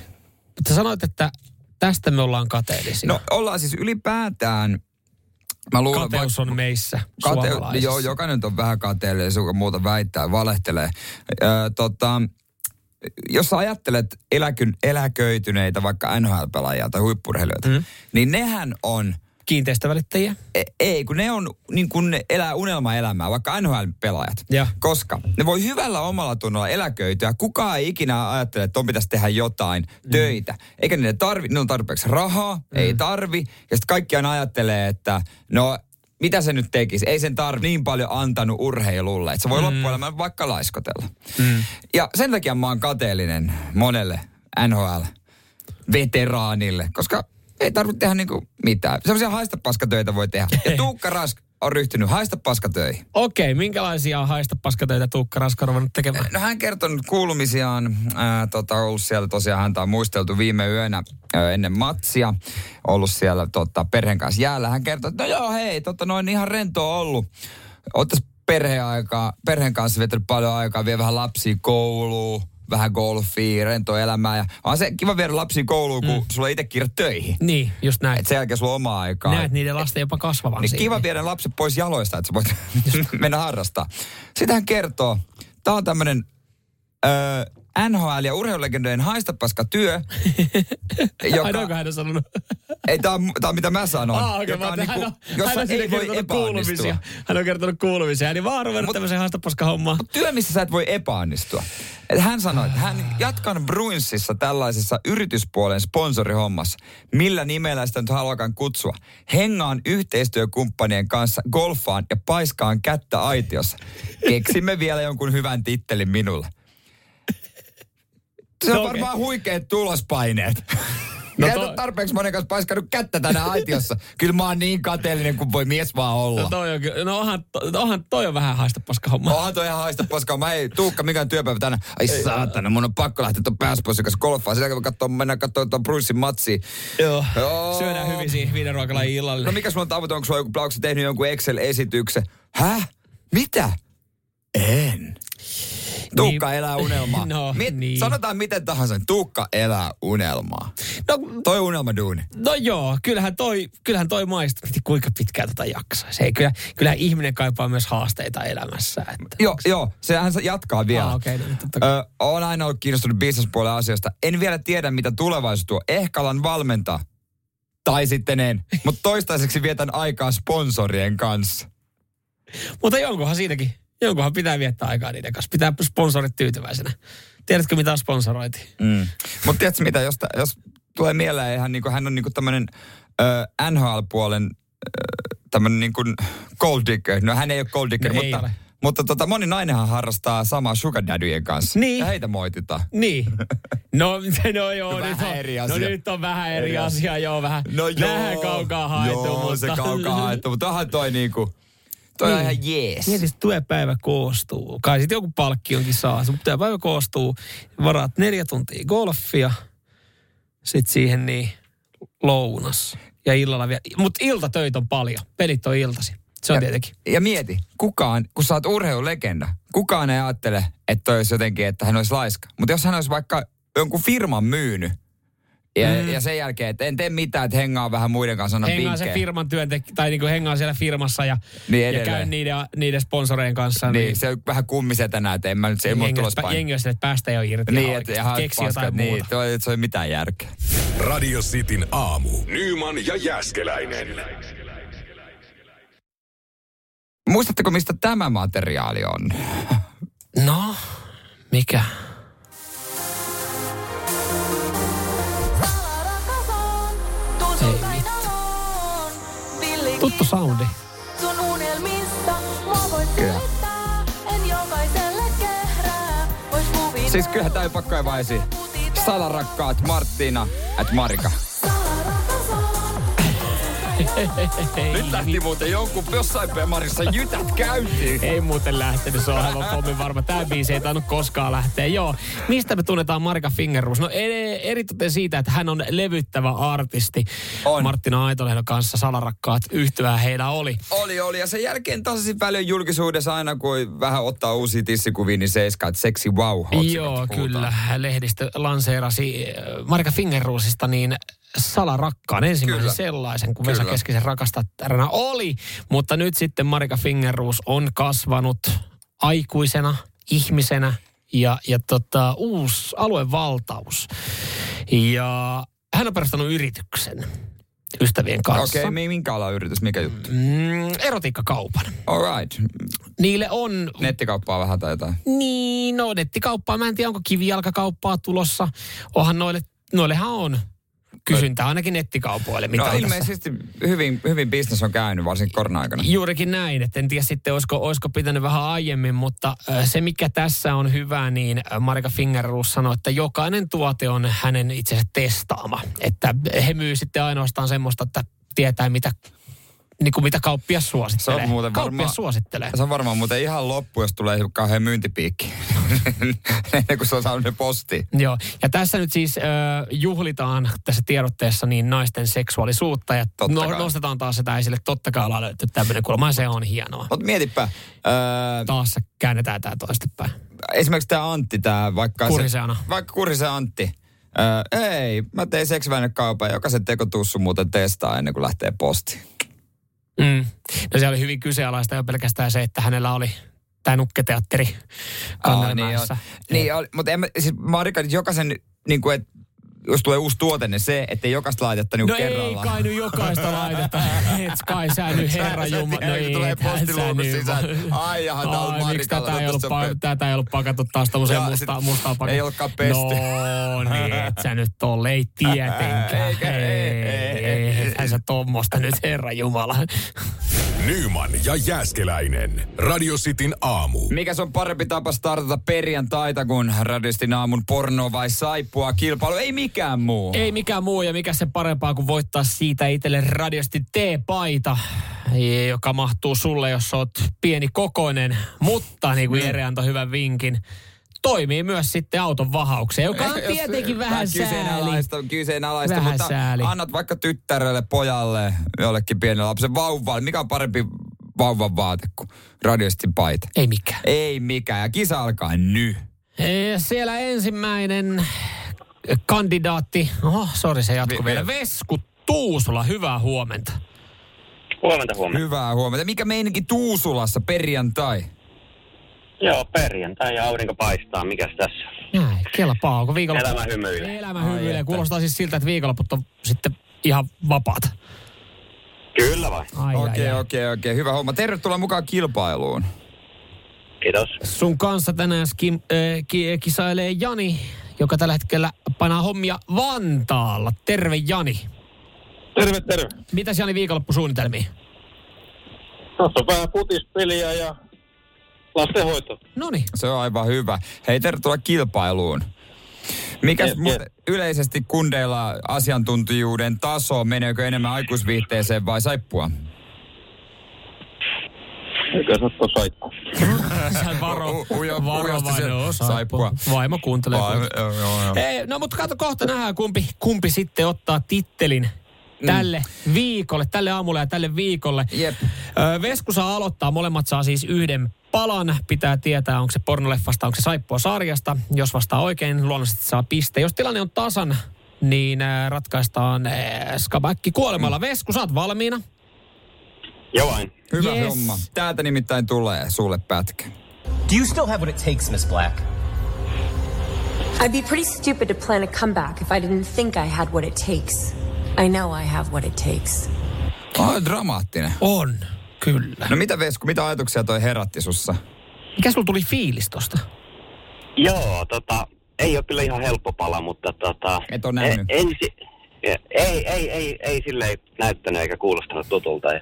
sä sanoit, että tästä me ollaan kateellisia.
No ollaan siis ylipäätään, mä luulen,
Kateus on meissä,
Kate,
suomalaisissa.
joo, jokainen nyt on vähän kateellinen, se joka muuta väittää, valehtelee. Öö, tota, jos sä ajattelet eläkyn, eläköityneitä vaikka NHL-pelaajia tai huippurheilijoita, mm. niin nehän on,
Kiinteistövälittäjiä.
e- ei kun ne on niin kun ne elää unelmaelämää, vaikka NHL-pelaajat.
Ja.
Koska ne voi hyvällä omalla tunnolla eläköityä. Kukaan ei ikinä ajattele, että on pitäisi tehdä jotain mm. töitä. Eikä ne tarvi, ne on tarpeeksi rahaa, mm. ei tarvi. Ja sitten kaikki aina ajattelee, että no mitä se nyt tekisi? Ei sen tarvi niin paljon antanut urheilulle, että se voi mm. loppuelämän vaikka laiskotella. Mm. Ja sen takia mä oon kateellinen monelle NHL-veteraanille, koska ei tarvitse tehdä niinku mitään. Sellaisia haistapaskatöitä voi tehdä. Ja Tuukka Rask on ryhtynyt haistapaskatöihin.
Okei, minkälaisia haista paskatöitä Tuukka Raski on ruvennut tekemään?
No hän kertoi nyt kuulumisiaan, ää, tota, ollut siellä tosiaan, häntä on muisteltu viime yönä ää, ennen matsia, ollut siellä tota, perheen kanssa jäällä. Hän kertoi, että no joo hei, tota, noin ihan rentoa ollut. Ottaisi perheaikaa, perheen kanssa viettänyt paljon aikaa, vie vähän lapsia kouluun, vähän golfia, rentoa elämää. Ja on se kiva viedä lapsia kouluun, kun mm. sulla ei itse kiire töihin.
Niin, just näin.
Et sen jälkeen sulla on omaa aikaa.
Näet niiden lasten jopa kasvavan
Niin
siinä.
kiva viedä lapset pois jaloista, että sä voit mennä harrastaa. Sitä hän kertoo. Tämä on tämmöinen öö, NHL ja urheilulegendojen haistapaska työ,
Ai noinko
joka,
hän on sanonut?
ei, tämä on, tää on mitä mä sanon,
Ah, okay,
joka
mä
on
ajattelin,
niinku,
hän on, hän
jossa
on siinä
ei voi
kertonut
epäonnistua.
kuulumisia. Hän on kertonut kuulumisia, niin vaan ruvennut
Mut-
tämmöisen haastapaska hommaan.
Työ, missä sä et voi epäonnistua. Et hän sanoi, että hän jatkan Bruinsissa tällaisessa yrityspuolen sponsorihommassa, millä nimellä sitä nyt haluakaan kutsua. Hengaan yhteistyökumppanien kanssa golfaan ja paiskaan kättä aitiossa. Keksimme vielä jonkun hyvän tittelin minulle. Se on
No okei.
varmaan huikeat tulospaineet.
No
No to...
toi-
ole tarpeeksi monen kanssa paiskanut kättä tänä aitiossa. Kyllä mä oon niin kateellinen kuin voi mies vaan olla.
No, toi on, kyllä- no onhan, to- onhan toi on vähän haastapaska homma.
Onhan toi ihan haista paskaa. Mä ei tuukka mikään työpäivä tänään. Ai saatana, mun on pakko lähteä ton pääspoissa kanssa golfaan. Sitä kun katsoo, mennään katsoa ton Brucein matsi.
Joo.
Joo.
Syödään hyvin siinä viiden ruokalajin illalle.
No mikä sulla on tavoite? Onko sulla joku plauksi tehnyt jonkun Excel-esityksen? Häh? Mitä? En. Tuukka
Niin.
elää unelmaa.
No, niin.
Sanotaan miten tahansa, niin Tuukka elää unelmaa.
No,
Toi unelma duuni.
No joo, kyllähän toi, kyllähän toi maistuu. Mietin, kuinka pitkään tota jaksaisi. Ei, kyllä, kyllähän ihminen kaipaa myös haasteita elämässä. Että.
Joo, joo, sehän se jatkaa vielä.
Ah, okei, no niin, totta kai.
Ö, olen aina ollut kiinnostunut bisnespuolen asioista. En vielä tiedä, mitä tulevaisuus tuo. Ehkä alan valmentaa. Tai sitten en. Mutta toistaiseksi vietän aikaa sponsorien kanssa.
Mutta jonkunhan siinäkin, jonkunhan pitää viettää aikaa niiden kanssa. Pitää sponsorit tyytyväisenä. Tiedätkö, mitä on sponsorointi?
Mm. Mutta tiedätkö mitä, jos, tä- jos tulee mieleen, eihän niinku, hän on niinku tämmöinen NHL-puolen tämmöinen niinku gold digger. No hän ei ole gold digger,
No ei
mutta,
ole.
mutta tota, moni nainenhan harrastaa samaa sugar daddyjen kanssa.
Niin.
Ja heitä moititaan.
Niin. No, no joo,
Vähän
nyt on,
eri
no
asia.
nyt on vähän eri,
Eri asia.
asia, joo, vähän.
No joo.
Vähän kaukaa haettu,
joo,
mutta...
se kaukaa haettu, mutta onhan toi niinku, toi niin. on ihan jees.
Mieti, se työpäivä koostuu. Kai sitten joku palkki onkin saa. Mutta työpäivä koostuu. Varaat neljä tuntia golfia. Sitten siihen niin lounas. Ja illalla vielä. Mutta iltatöitä on paljon. Pelit on iltasi. Se on tietenkin.
Ja mieti, kukaan, kun sä oot urheilulegenda, kukaan ei ajattele, että toi olisi jotenkin, että hän olisi laiska. Mutta jos hän olisi vaikka jonkun firman myynyt, ja, mm. ja sen jälkeen, että en tee mitään, että hengaa vähän muiden kanssa, annan
Hengaa sen
vinkkejä.
firman työntekijä, tai niinku hengaa siellä firmassa ja,
Niin
ja käy
edelleen.
niiden, niiden sponsoreiden kanssa.
niin, se on vähän kummisetänä, että en mä nyt se ei mulla
jengi,
tulos
pä,
pain.
jengi on sille, että päästä jo irti.
Niin,
ja
että
oikeasti
ihan
keksi
paskat,
jotain
niin,
muuta.
toi, et se ei ole mitään järkeä.
Radio Cityn aamu. Nyman ja Jääskeläinen.
Muistatteko, mistä tämä materiaali on?
No, mikä? Ei Tuttu
Tuttu
soundi.
Sun unelmista mua voit
Kyllä.
soittaa. En jokaiselle kehrää. Vois kuvitella.
Siis kyllähän tämä on pakko ja vaisi. Salarakkaat Marttina at Marika.
Salarakas on.
Nyt lähti muuten jonkun jossain pemarissa jytät käyntiin.
Ei muuten lähtenyt, se on aivan pommin varma. Tämä biisi ei tainnut koskaan lähteä. Joo, mistä me tunnetaan Marika Fingerus? No e- eritoten siitä, että hän on levyttävä artisti.
On.
Marttina Aitolehdon kanssa salarakkaat yhtyää heillä oli.
Oli, oli. Ja sen jälkeen tasaisin väliin julkisuudessa aina, kun vähän ottaa uusia tissikuvia, niin seiska, että seksi wow. otsikot
Joo,
huutaa.
kyllä. Lehdistö lanseerasi äh, Marika Fingerruusista niin salarakkaan ensimmäisen
Kyllä.
kyllä. sellaisen, kun Vesa
Kyllä.
Keskisen rakastajana oli. Mutta nyt sitten Marika Fingerruus on kasvanut aikuisena ihmisenä ja, ja tota, uusi aluevaltaus. Ja hän on perustanut yrityksen ystävien kanssa.
Okei, okay, minkä ala yritys, mikä juttu?
Mm, erotiikkakaupan.
All right.
Niille on
Nettikauppaa vähän tai jotain.
Niin, no nettikauppaa. Mä en tiedä, onko kivijalkakauppaa tulossa. Onhan noille, noillehan on kysyntää ainakin nettikaupoille. Mitä
No
on tässä.
ilmeisesti hyvin, hyvin bisnes on käynyt, varsinkin korona-aikana.
Juurikin näin, että en tiedä sitten olisiko, olisiko pitänyt vähän aiemmin, mutta äh, se mikä tässä on hyvä, niin äh, Marika Fingerruus sanoi, että jokainen tuote on hänen itsensä testaama. Että he myy sitten ainoastaan semmoista, että tietää mitä, niin kuin mitä kauppias suosittelee.
Se on muuten varmaan-
Kauppias suosittelee.
Se on varmaan muuten ihan loppu, jos tulee kauhean myyntipiikki. Ennen kuin se on saanut ne postiin.
Joo, ja tässä nyt siis äh, juhlitaan tässä tiedotteessa niin naisten seksuaalisuutta ja
Totta
no,
kai.
nostetaan taas sitä esille. Totta kai ollaan löytynyt tämmöinen kulma ja se on hienoa.
Mutta mietipä, öö,
Taas käännetään tämä toistepäin.
esimerkiksi tämä Antti, tää, vaikka
Kurhisen Ano.
Se, vaikka Kurhisen Antti. Öö, ei, mä tein seksivälinekaupan, joka se tekotussu muuten testaa ennen kuin lähtee postiin.
Mm. No se oli hyvin kyseenalaista jo pelkästään se, että hänellä oli tämä nukketeatteri Kannelmäessä.
Niin, oli, mutta en mä, siis Marika, jokaisen, niin kuin, et, jos tulee uusi tuote, niin se, että jokaista laitetta niin
No
kuin kerrallaan.
ei kai nyt jokaista laiteta. Et kai sä nyt herra
Sä- sä
Jumala. No
tiedät, kun
ei,
tulee
ethän sä
postiluukut
nyt
sisään.
voi.
Ai jaha, tää on
miksi
Marikalla,
tätä ei, ollut,
tässä on
pa-
pe-
tätä ei ollut pakattu taas tommoseen
Jaa,
mustaa,
sit
mustaa pakattu.
ei ollutkaan pesty.
No niin, et sä nyt ole, ei tietenkään.
Eikä, ei, ei, ei.
ei, Ethän sä tommosta nyt herra Jumala.
Nyman ja Jääskeläinen. Radio Cityn aamu.
Mikäs on parempi tapa startata perjantaita kuin radistin aamun porno vai saippua kilpailu? Ei mikään muu.
Ei mikään muu ja mikä se parempaa kuin voittaa siitä itselle radiosti T-paita, joka mahtuu sulle, jos oot pieni kokoinen. Mutta niin
Mm.
kuin Jere antoi hyvän vinkin, toimii myös sitten auton vahaukseen, joka on
Jos-
tietenkin vähän
tai
sääli.
kyseenalaista, kyseenalaista
Vähän
mutta
sääli.
annat vaikka tyttärelle, pojalle, jollekin pienelle lapsen vauvalle. Mikä on parempi vauvan vaate kuin radistin paita?
Ei mikään.
Ei mikään. Ja kisa alkaa nyt.
Ee, Eh, Siellä ensimmäinen kandidaatti, oho, sori se jatkuu
Vi-
vielä,
vielä.
Vesku Tuusula, hyvää huomenta.
Huomenta huomenta.
Hyvää huomenta. Mikä meininki Tuusulassa perjantai?
Joo, perjantai ja aurinko paistaa. Mikäs tässä?
Näin, kelpaa, onko viikonloppu?
Elämä hymyilee.
Elämä
Ai
hymyilee.
että.
Kuulostaa siis siltä, että viikonloput on sitten ihan vapaat.
Kyllä vai?
Ai, ai,
Okei,
ai.
okei, okei. Hyvä homma. Tervetuloa mukaan kilpailuun.
Kiitos.
Sun kanssa tänään skim, äh, ki, kisailee Jani, joka tällä hetkellä panaa hommia Vantaalla. Terve Jani.
Terve, terve.
Mitäs Jani viikonloppusuunnitelmiin?
Tuossa on vähän putispeliä ja lastenhoito.
Noniin.
Se on aivan hyvä. Hei, tervetuloa kilpailuun. Mikäs
Jep,
muuten
jep.
yleisesti kundeilla asiantuntijuuden taso, meneekö enemmän aikuisviihteeseen vai saippua?
Mikä se tuossa saittaa?
Sä varo,
U- ujo-
varo
ujosti
vai
se
no,
saippua.
saippua. Vaimo kuuntelee.
Vai-
kuuntelee.
joo, joo, joo.
Ei, no mutta kato kohta nähdään, kumpi, kumpi sitten ottaa tittelin tälle viikolle, tälle aamulle ja tälle viikolle.
Mm. Jep.
Ö, Vesku saa aloittaa, molemmat saa siis yhden palan. Pitää tietää, onko se pornoleffasta, onko se saippua sarjasta. Jos vastaa oikein, luonnollisesti saa piste. Jos tilanne on tasan, niin ö, ratkaistaan ö, skabäkki kuolemalla.
Mm.
Vesku, sä oot valmiina.
Joo vain.
Hyvä
Yes.
homma. Täältä nimittäin tulee sulle pätkä.
Do you still have what it takes, Miss Black?
I'd be pretty stupid to plan a comeback if I didn't think I had what it takes. I know I have what it takes.
Oh, dramaattinen.
On, kyllä.
No mitä Vesku, mitä ajatuksia toi herätti sussa?
Mikä sulla tuli fiilis tosta?
Joo, tota, ei ole kyllä ihan helppo pala, mutta tota...
Et oo nähnyt.
e- ensi, ei, ei, ei, ei sille ei näyttänyt eikä kuulostanut tutulta. Ja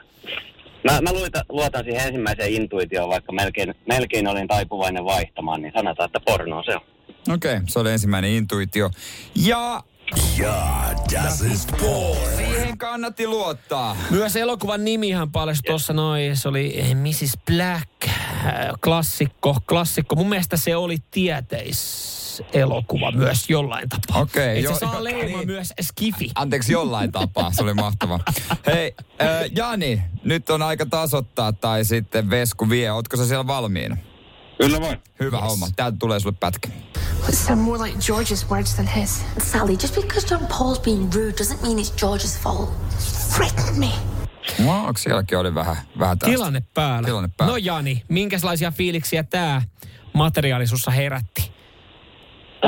mä, mä luotan, luotan siihen ensimmäiseen intuitioon, vaikka melkein, melkein olin taipuvainen vaihtamaan, niin sanotaan, että porno se on.
Okei, okay, se oli ensimmäinen intuitio. Ja
Ja, das ist Porn.
siihen kannatti luottaa.
Myös elokuvan nimihän paljastui tuossa noin, se oli Mrs. Black, äh, klassikko, klassikko. Mun mielestä se oli tieteiselokuva myös jollain tapaa.
Okei,
Et
joo,
se saa
joo,
leima
niin.
myös Skifi.
Anteeksi jollain tapaa, se oli mahtava. Hei, äh, Jani, nyt on aika tasottaa tai sitten Vesku vie. Ootko sä siellä valmiina?
Kyllä voi.
Hyvä yes. homma, täältä tulee sulle pätkä.
It sound more like George's words than his.
Sally, just because John Paul's being rude doesn't mean it's George's fault.
Threatened me.
No, onko sielläkin oli vähän, vähän tästä?
Tilanne päällä.
Tilanne päällä.
No Jani, minkälaisia fiiliksiä tämä materiaali sussa herätti?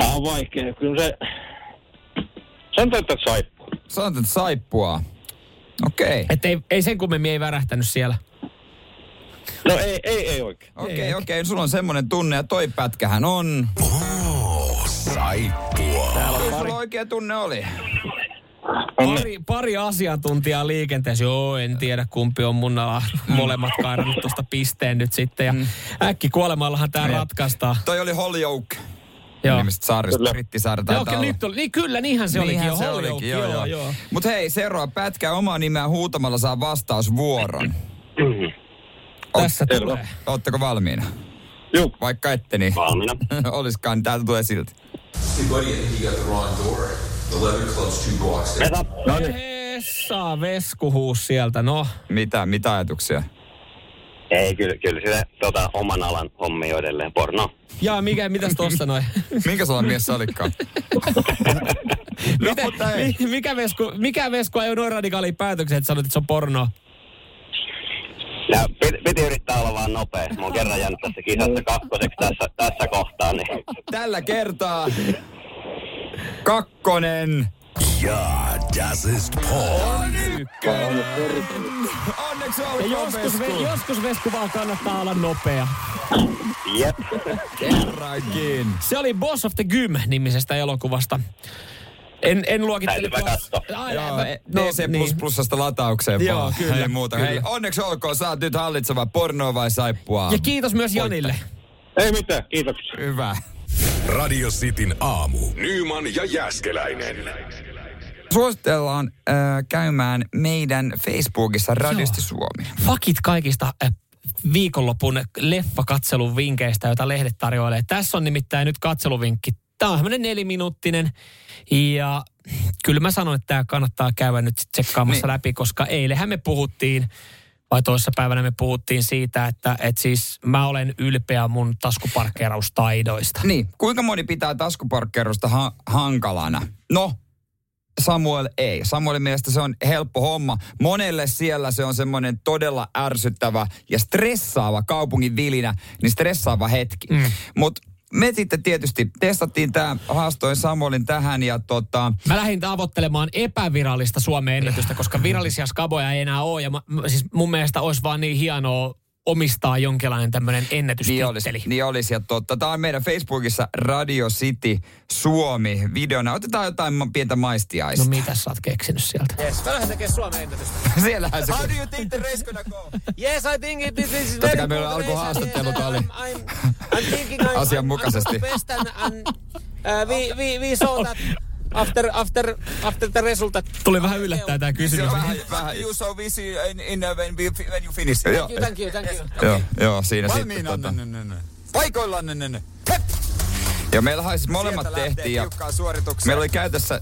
Tää on vaikea. Kyllä se... Sanotaan, että saippua.
Sanoit, että saippua. Okei,
Et ei, ei sen kummemmin ei värähtänyt siellä.
No ei, ei, ei oikein.
okei, okei. Sulla on semmonen tunne ja toi pätkähän on.
Oo, saippua.
Kyllä sulla oikea tunne oli.
Pari, pari asiantuntijaa liikenteessä. Joo, en tiedä kumpi on mun ala.
Mm.
Molemmat kairannut tuosta pisteen nyt sitten. Ja äkki kuolemallahan tämä
Niin.
ratkaistaan.
Toi oli Holyoke.
Joo.
Nimistä saarista,
Kyllä.
Brittisaari
Joo,
taitaa
okay,
olla.
nyt oli, niin kyllä, niinhän se olikin jo.
Niinhän se
Holyoke,
olikin, joo, joo. joo. Mutta hei, seuraa pätkää omaa nimeä huutamalla saa vastausvuoron.
Tässä
Selvä.
tulee.
Ootteko valmiina?
Juu.
Vaikka ette, niin
Valmiina.
oliskaan, niin täältä tulee silti.
Hey, buddy, I think you got the wrong door. The leather club's two blocks down.
Vesa. No niin.
Hessa, veskuhuus sieltä, no.
Mitä, mitä ajatuksia?
Ei, kyllä, kyllä se tota, oman alan hommi on edelleen porno.
Ja mikä, mitäs tossa noin?
Minkä salan mies sä olitkaan? no,
Mitä,
mutta ei.
mi, mikä, vesku, mikä vesku ajoi noin radikaaliin päätökseen, että sanoit, että se on porno?
Ja piti, piti yrittää olla vaan nopea. Mä oon kerran jäänyt tässä kisassa kakkoseksi tässä, tässä kohtaa, niin
Tällä kertaa kakkonen.
Ja, das ist Porn.
Onneksi
Ja
olkoon,
joskus, ve,
Vesku.
joskus vesku vaan kannattaa olla nopea.
jep.
Kerrankin.
Se oli Boss of the Gym-nimisestä elokuvasta. En, en luokittele.
Täytyypä katsoa.
Ai, niin.
Joo,
mä-
no, DC plus plussasta lataukseen
e, Joo,
vaan.
kyllä,
Ei muuta.
kyllä.
Hei, onneksi olkoon, sä oot nyt hallitseva pornoa vai saippua?
Ja kiitos myös Janille.
Ei mitään, kiitoksia.
Hyvä.
Radio Cityn aamu. Nyman ja Jäskeläinen.
Suositellaan äh, käymään meidän Facebookissa Radiosti
Joo.
Suomi.
Fakit kaikista äh, viikonlopun leffakatselun vinkkeistä, joita lehdet tarjoilee. Tässä on nimittäin nyt katseluvinkki. Tämä on tämmöinen neliminuuttinen ja kyllä mä sanon, että tämä kannattaa käydä nyt sit tsekkaamassa
Niin.
läpi, koska eilenhän me puhuttiin vai toissapäivänä me puhuttiin siitä, että et siis mä olen ylpeä mun taskuparkkeeraustaidoista.
Niin, kuinka moni pitää taskuparkkeerusta ha- hankalana? No, Samuel ei. Samuelin mielestä se on helppo homma. Monelle siellä se on semmoinen todella ärsyttävä ja stressaava kaupungin vilinä, niin stressaava hetki. Mm. Mutta me sitten tietysti testattiin tämä, haastoin Samuelin tähän ja tota,
Mä lähdin tavoittelemaan epävirallista Suomen ennätystä, koska virallisia skaboja ei enää ole. Ja mä, mä- siis mun mielestä olisi vaan niin hienoa omistaa jonkinlainen tämmöinen
Niin olisi,
ennätystitteli.
niin olisi. Ja totta, tämä on meidän Facebookissa Radio City Suomi videona. Otetaan jotain ma- pientä maistiaista.
No
No,
mitä sä oot keksinyt sieltä?
Yes, mä lähden tekemään Suomen ennätystä.
Siellähän se...
you think the race gonna go?
Yes, I think it is- is
Totta
very
kai meillä
good
alkuhaastattelu
race.
tää oli.
I'm, I'm, I'm thinking I'm,
Asianmukaisesti.
I'm, I'm the best and, and uh, we, we, we saw that after, after, after the result. that-
Tuli vähän yllättää tämä
Se
kysymys.
on vähän, vähän.
You so busy in, in uh, when, we, when you finish.
Joo,
Thank you, thank you, thank you.
joo, joo, siinä sitten.
Valmiina,
Tota.
ne, ne, ne. Paikoillaan, ne, ne, ne. Hep!
Ja meillähän siis molemmat
Sieltä lähtee
tehtiin. Ja
tiukkaa suoritukseen.
meillä oli käytössä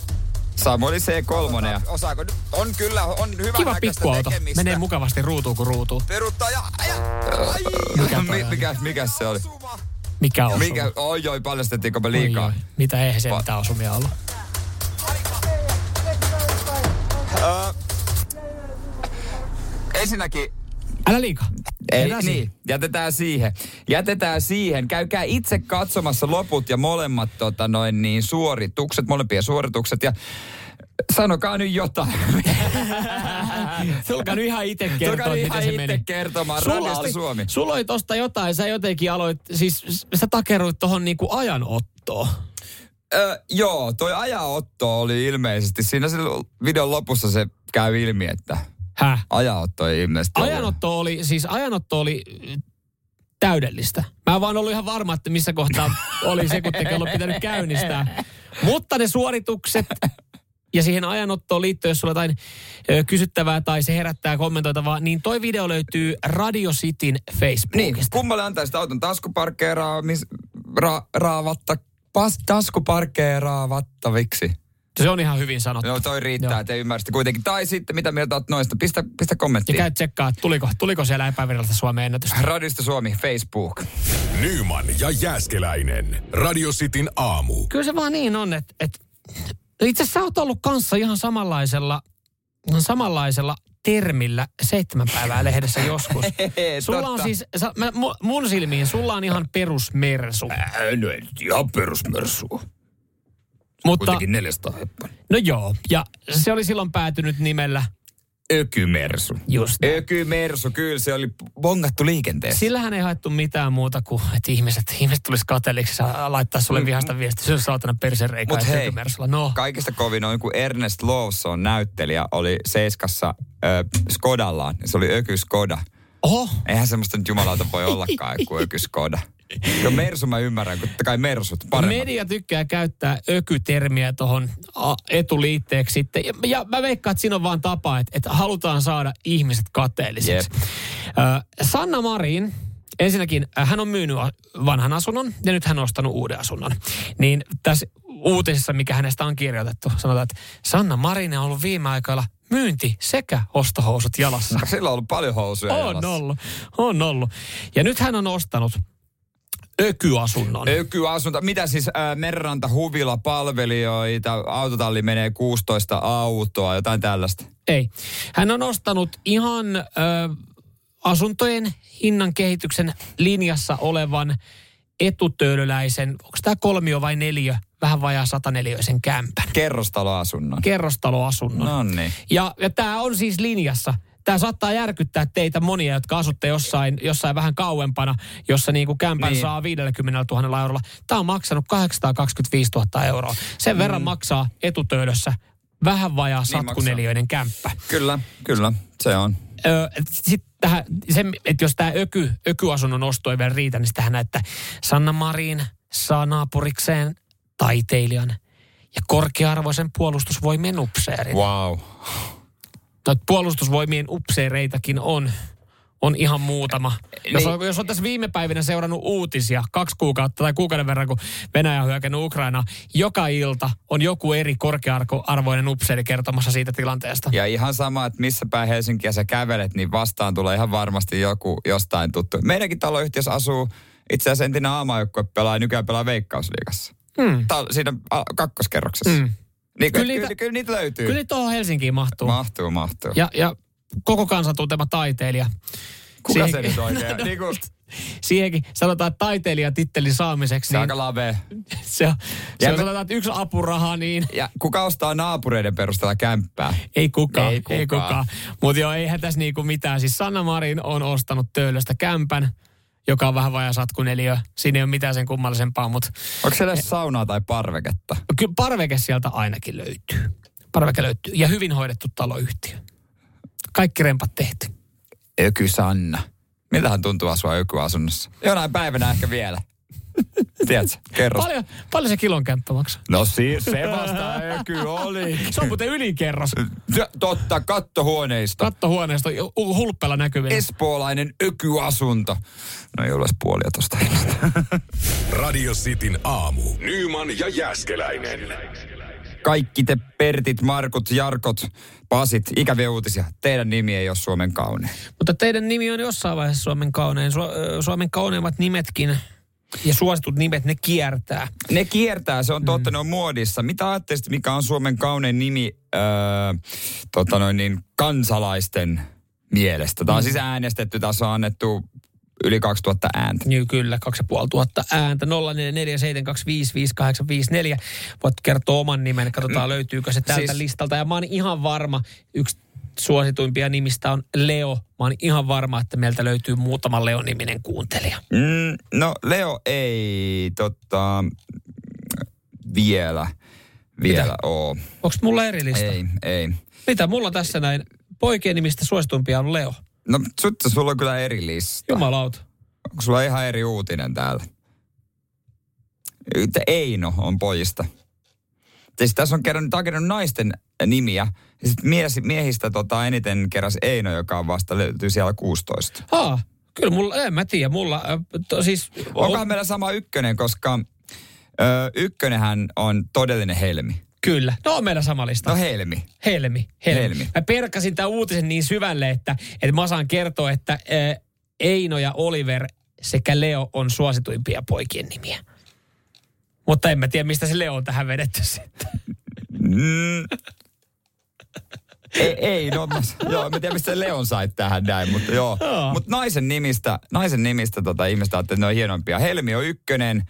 Samueli C3. Ja
Osaako? nyt? On kyllä, on hyvä
Kiva pikkuauto. Menee mukavasti ruutuun kuin ruutuun.
Peruttaa ja... Ai, ai,
Mikä toi
Mi-
oli?
mikä, mikä se oli?
suma.
Mikä on
Mikä, oi oi, paljastettiinko me
Oi,
liikaa?
oi. Mitä eihän se
Va-
mitään osumia ollut.
Ensinnäkin
Älä liikaa.
Ei,
Enää
niin, jätetään siihen. Jätetään siihen. Käykää itse katsomassa loput ja molemmat tota, noin, niin, suoritukset, molempien suoritukset ja sanokaa nyt jotain.
Äh, Tulkaa nyt ihan itse
Tulkaa
kertoa,
nyt
miten
ihan
se
itse
meni.
kertomaan.
Sulla
Radiosta
oli,
Suomi.
sulla oli tosta jotain, sä jotenkin aloit, siis sä takeruit tohon niinku ajanottoon.
Ö, joo, toi ajaotto oli ilmeisesti, siinä se videon lopussa se käy ilmi, että
Häh?
ajaotto ei ilmeisesti ollut.
Ajanotto oli, siis ajanotto oli mm, täydellistä. Mä en vaan ollut ihan varma, että missä kohtaa oli se, kun tekello pitänyt käynnistää. Mutta ne suoritukset ja siihen ajanottoon liittyen, jos sulla jotain ö, kysyttävää tai se herättää kommentoitavaa, niin toi video löytyy Radio Cityn
Niin,
Facebookista.
kummalle antaisit auton taskuparkkeeraamis... Ra, raavatta, pas, taskuparkkeeraavattaviksi.
Se on ihan hyvin sanottu.
No toi riittää,
Joo.
että ymmärsitte kuitenkin. Tai sitten, mitä mieltä oot noista? Pistä, pistä
Ja
kommenttiin.
käy tsekkaa, tuliko, tuliko siellä epävirallista Suomen ennätystä.
Radista Suomi, Facebook.
Nyman ja Jääskeläinen. Radio Cityn aamu.
Kyllä se vaan niin on, että, että itse asiassa sä oot ollut kanssa ihan samanlaisella, samanlaisella termillä seitsemän päivää lehdessä joskus.
Hei,
Sulla on
totta.
siis, sä, mä, mu- mun silmiin, sulla on ihan perusmersu.
Ää, no ei nyt ihan perusmersua.
Tota- Mutta,
400 heppan.
no joo, ja se oli silloin päätynyt nimellä
Ökymersu.
just
Ökymersu, kyllä se oli bongattu liikenteessä.
Sillähän ei haettu mitään muuta kuin, että ihmiset, ihmiset tulisi kateellisiksi ja laittaa sulle vihasta viestiä. Se on saatana persereikä
Mm-hmm. Mut
ja
hei.
tykymersulla. No,
Kaikista kovin on, kun Ernest Lawson näyttelijä oli Seiskassa ö, Skodallaan. Se oli Öky Skoda.
oho,
Eihän semmoista nyt jumalauta voi ollakaan kuin Öky Skoda. No Mersu mä ymmärrän, kun totta kai Mersut paremmat.
Media tykkää käyttää ökytermiä tuohon etuliitteeksi sitten. Ja, ja mä veikkaan, että siinä on vaan tapa, että, että halutaan saada ihmiset kateellisiksi. Ö, Sanna Marin, ensinnäkin äh, hän on myynyt a- vanhan asunnon ja nyt hän on ostanut uuden asunnon. Niin tässä uutisessa, mikä hänestä on kirjoitettu, sanotaan, että Sanna Marin on ollut viime aikoina myynti sekä ostohousut jalassa.
Sillä on ollut paljon housuja
On
jalassa.
ollut, on ollut. Ja nyt hän on ostanut ökyasunnon.
Ökyasunto. Mitä siis äh, Merranta huvila palvelijoita, autotalli menee 16 autoa, jotain tällaista.
Ei. Hän on ostanut ihan ö, asuntojen hinnan kehityksen linjassa olevan etutöölöläisen, onko tämä kolmio vai neljä, vähän vajaa sataneliöisen kämpän,
Kerrostaloasunnon.
kerrostaloasunnon.
No niin.
Ja, ja tämä on siis linjassa. Tämä saattaa järkyttää teitä monia, jotka asutte jossain, jossain vähän kauempana, jossa niinku kämpän
Niin.
niin. saa 50 000 eurolla. Tämä on maksanut 825 000 euroa. Sen mm. verran maksaa etutöölössä vähän vajaa
Niin maksaa.
satkuneliöinen kämppä.
Kyllä, kyllä, se on.
Öö, sitten tähän, se, että jos tämä öky, ökyasunnon osto ei vielä riitä, niin sitähän näyttää Sanna Marin saa naapurikseen taiteilijan ja korkea-arvoisen puolustusvoimien upseerin. Wow.
Wow.
puolustusvoimien upseereitakin on, on ihan muutama. Jos, on, jos on tässä viime päivinä seurannut uutisia kaksi kuukautta tai kuukauden verran, kun Venäjä on hyökännyt Ukrainaa, joka ilta on joku eri korkea-arvoinen upseeri kertomassa siitä tilanteesta.
Ja ihan sama, että missä päin Helsinkiä sä kävelet, niin vastaan tulee ihan varmasti joku jostain tuttu. Meidänkin taloyhtiössä asuu itse asiassa entinen aamajoukkue pelaa, nykyään pelaa Veikkausliigassa. Mm. Tal- siinä a, kakkoskerroksessa. Mm. Niin, kyllä,
Kyllä
niitä,
niitä-
kyllä, kyllä niitä löytyy.
Kyllä tuohon Helsinkiin mahtuu.
Mahtuu, mahtuu.
Ja, ja koko kansan tuntema taiteilija.
Kuka se
Siihenkin-
nyt oikein? niin kuin,
Siihenkin sanotaan, että taiteilijatitteli saamiseksi,
se on
niin
aika lavea.
se on,
Ja
se on
me-
sanotaan, että yksi apuraha, niin
Ja kuka ostaa naapureiden perusteella kämppää?
ei kukaan.
Ei kukaan.
Ei kukaan. Mutta joo, eihän tässä niinku mitään. Siis Sanna Marin on ostanut töölöstä kämpän, joka on vähän vajaa satkuneliö. Siinä ei ole mitään sen kummallisempaa, mutta
Onko siellä edes saunaa tai parveketta?
kyllä parveke sieltä ainakin löytyy. Parveke löytyy. Ja hyvin hoidettu taloyhtiö. Kaikki rempat tehty.
Öky Sanna. Miltähän tuntuu asua ökyasunnossa? Jonain päivänä ehkä vielä. Tiedätkö? Kerro.
Paljon, paljon se kilon kämppä maksaa?
No siis se vasta öky oli.
Se on muuten ylikerros.
Ja Totta, kattohuoneisto.
kattohuoneisto u- u- hulppella näkyvillä. Es-
Espoolainen ökyasunto. No ei ole puolia tosta.
Radio Cityn aamu. Nyman ja Jääskeläinen.
Kaikki te Pertit, Markut, Jarkot, Pasit, ikäviä uutisia. Teidän nimi ei ole Suomen kaunein.
Mutta teidän nimi on jossain vaiheessa Suomen kaunein. Su- ö, Suomen kauneimmat nimetkin ja suositut nimet, ne kiertää.
Ne kiertää, se on totta, ne on muodissa. Mitä ajattelit, mikä on Suomen kaunein nimi öö, tota noin niin, kansalaisten mielestä? Tämä on siis äänestetty, tässä on annettu yli 2000 ääntä.
Niin kyllä, 2500 ääntä. 0447255854. Voit kertoa oman nimen, katsotaan löytyykö se tältä
Siis-
siis... listalta. Ja mä oon ihan varma, yksi suosituimpia nimistä on Leo. Mä oon ihan varma, että meiltä löytyy muutama Leo-niminen kuuntelija.
Mm, no Leo ei tota, vielä, vielä oo.
Onko mulla eri lista?
Ei, ei.
Mitä mulla tässä näin? Poikien nimistä suosituimpia on Leo.
No sutta, sulla on kyllä eri lista.
Jumalauta.
Onko sulla ihan eri uutinen täällä? Että Eino on pojista. siis tässä on kerännyt, tää on kerännyt naisten nimiä. Ja sit mies, miehistä tota, eniten keräs Eino, joka on vasta löytyy siellä 16.
Aa, kyllä mulla, en mä tiedä, mulla, ö, to, siis...
Onkohan meillä sama ykkönen, koska ö, ykkönenhän on todellinen helmi.
Kyllä. No on meillä sama lista.
No helmi.
Helmi, helmi.
Helmi.
Mä perkasin tämän uutisen niin syvälle, että, että mä saan kertoa, että äh, Eino ja Oliver sekä Leo on suosituimpia poikien nimiä. Mutta en mä tiedä, mistä se Leo on tähän vedetty sitten.
Mm. Ei, ei no, mä- joo, mä tiedä, mistä Leon sait tähän näin, mutta joo.
Joo.
Mutta naisen nimistä, naisen nimistä tota, ihmistä ajattelee, että ne on hienompia. Helmi on ykkönen,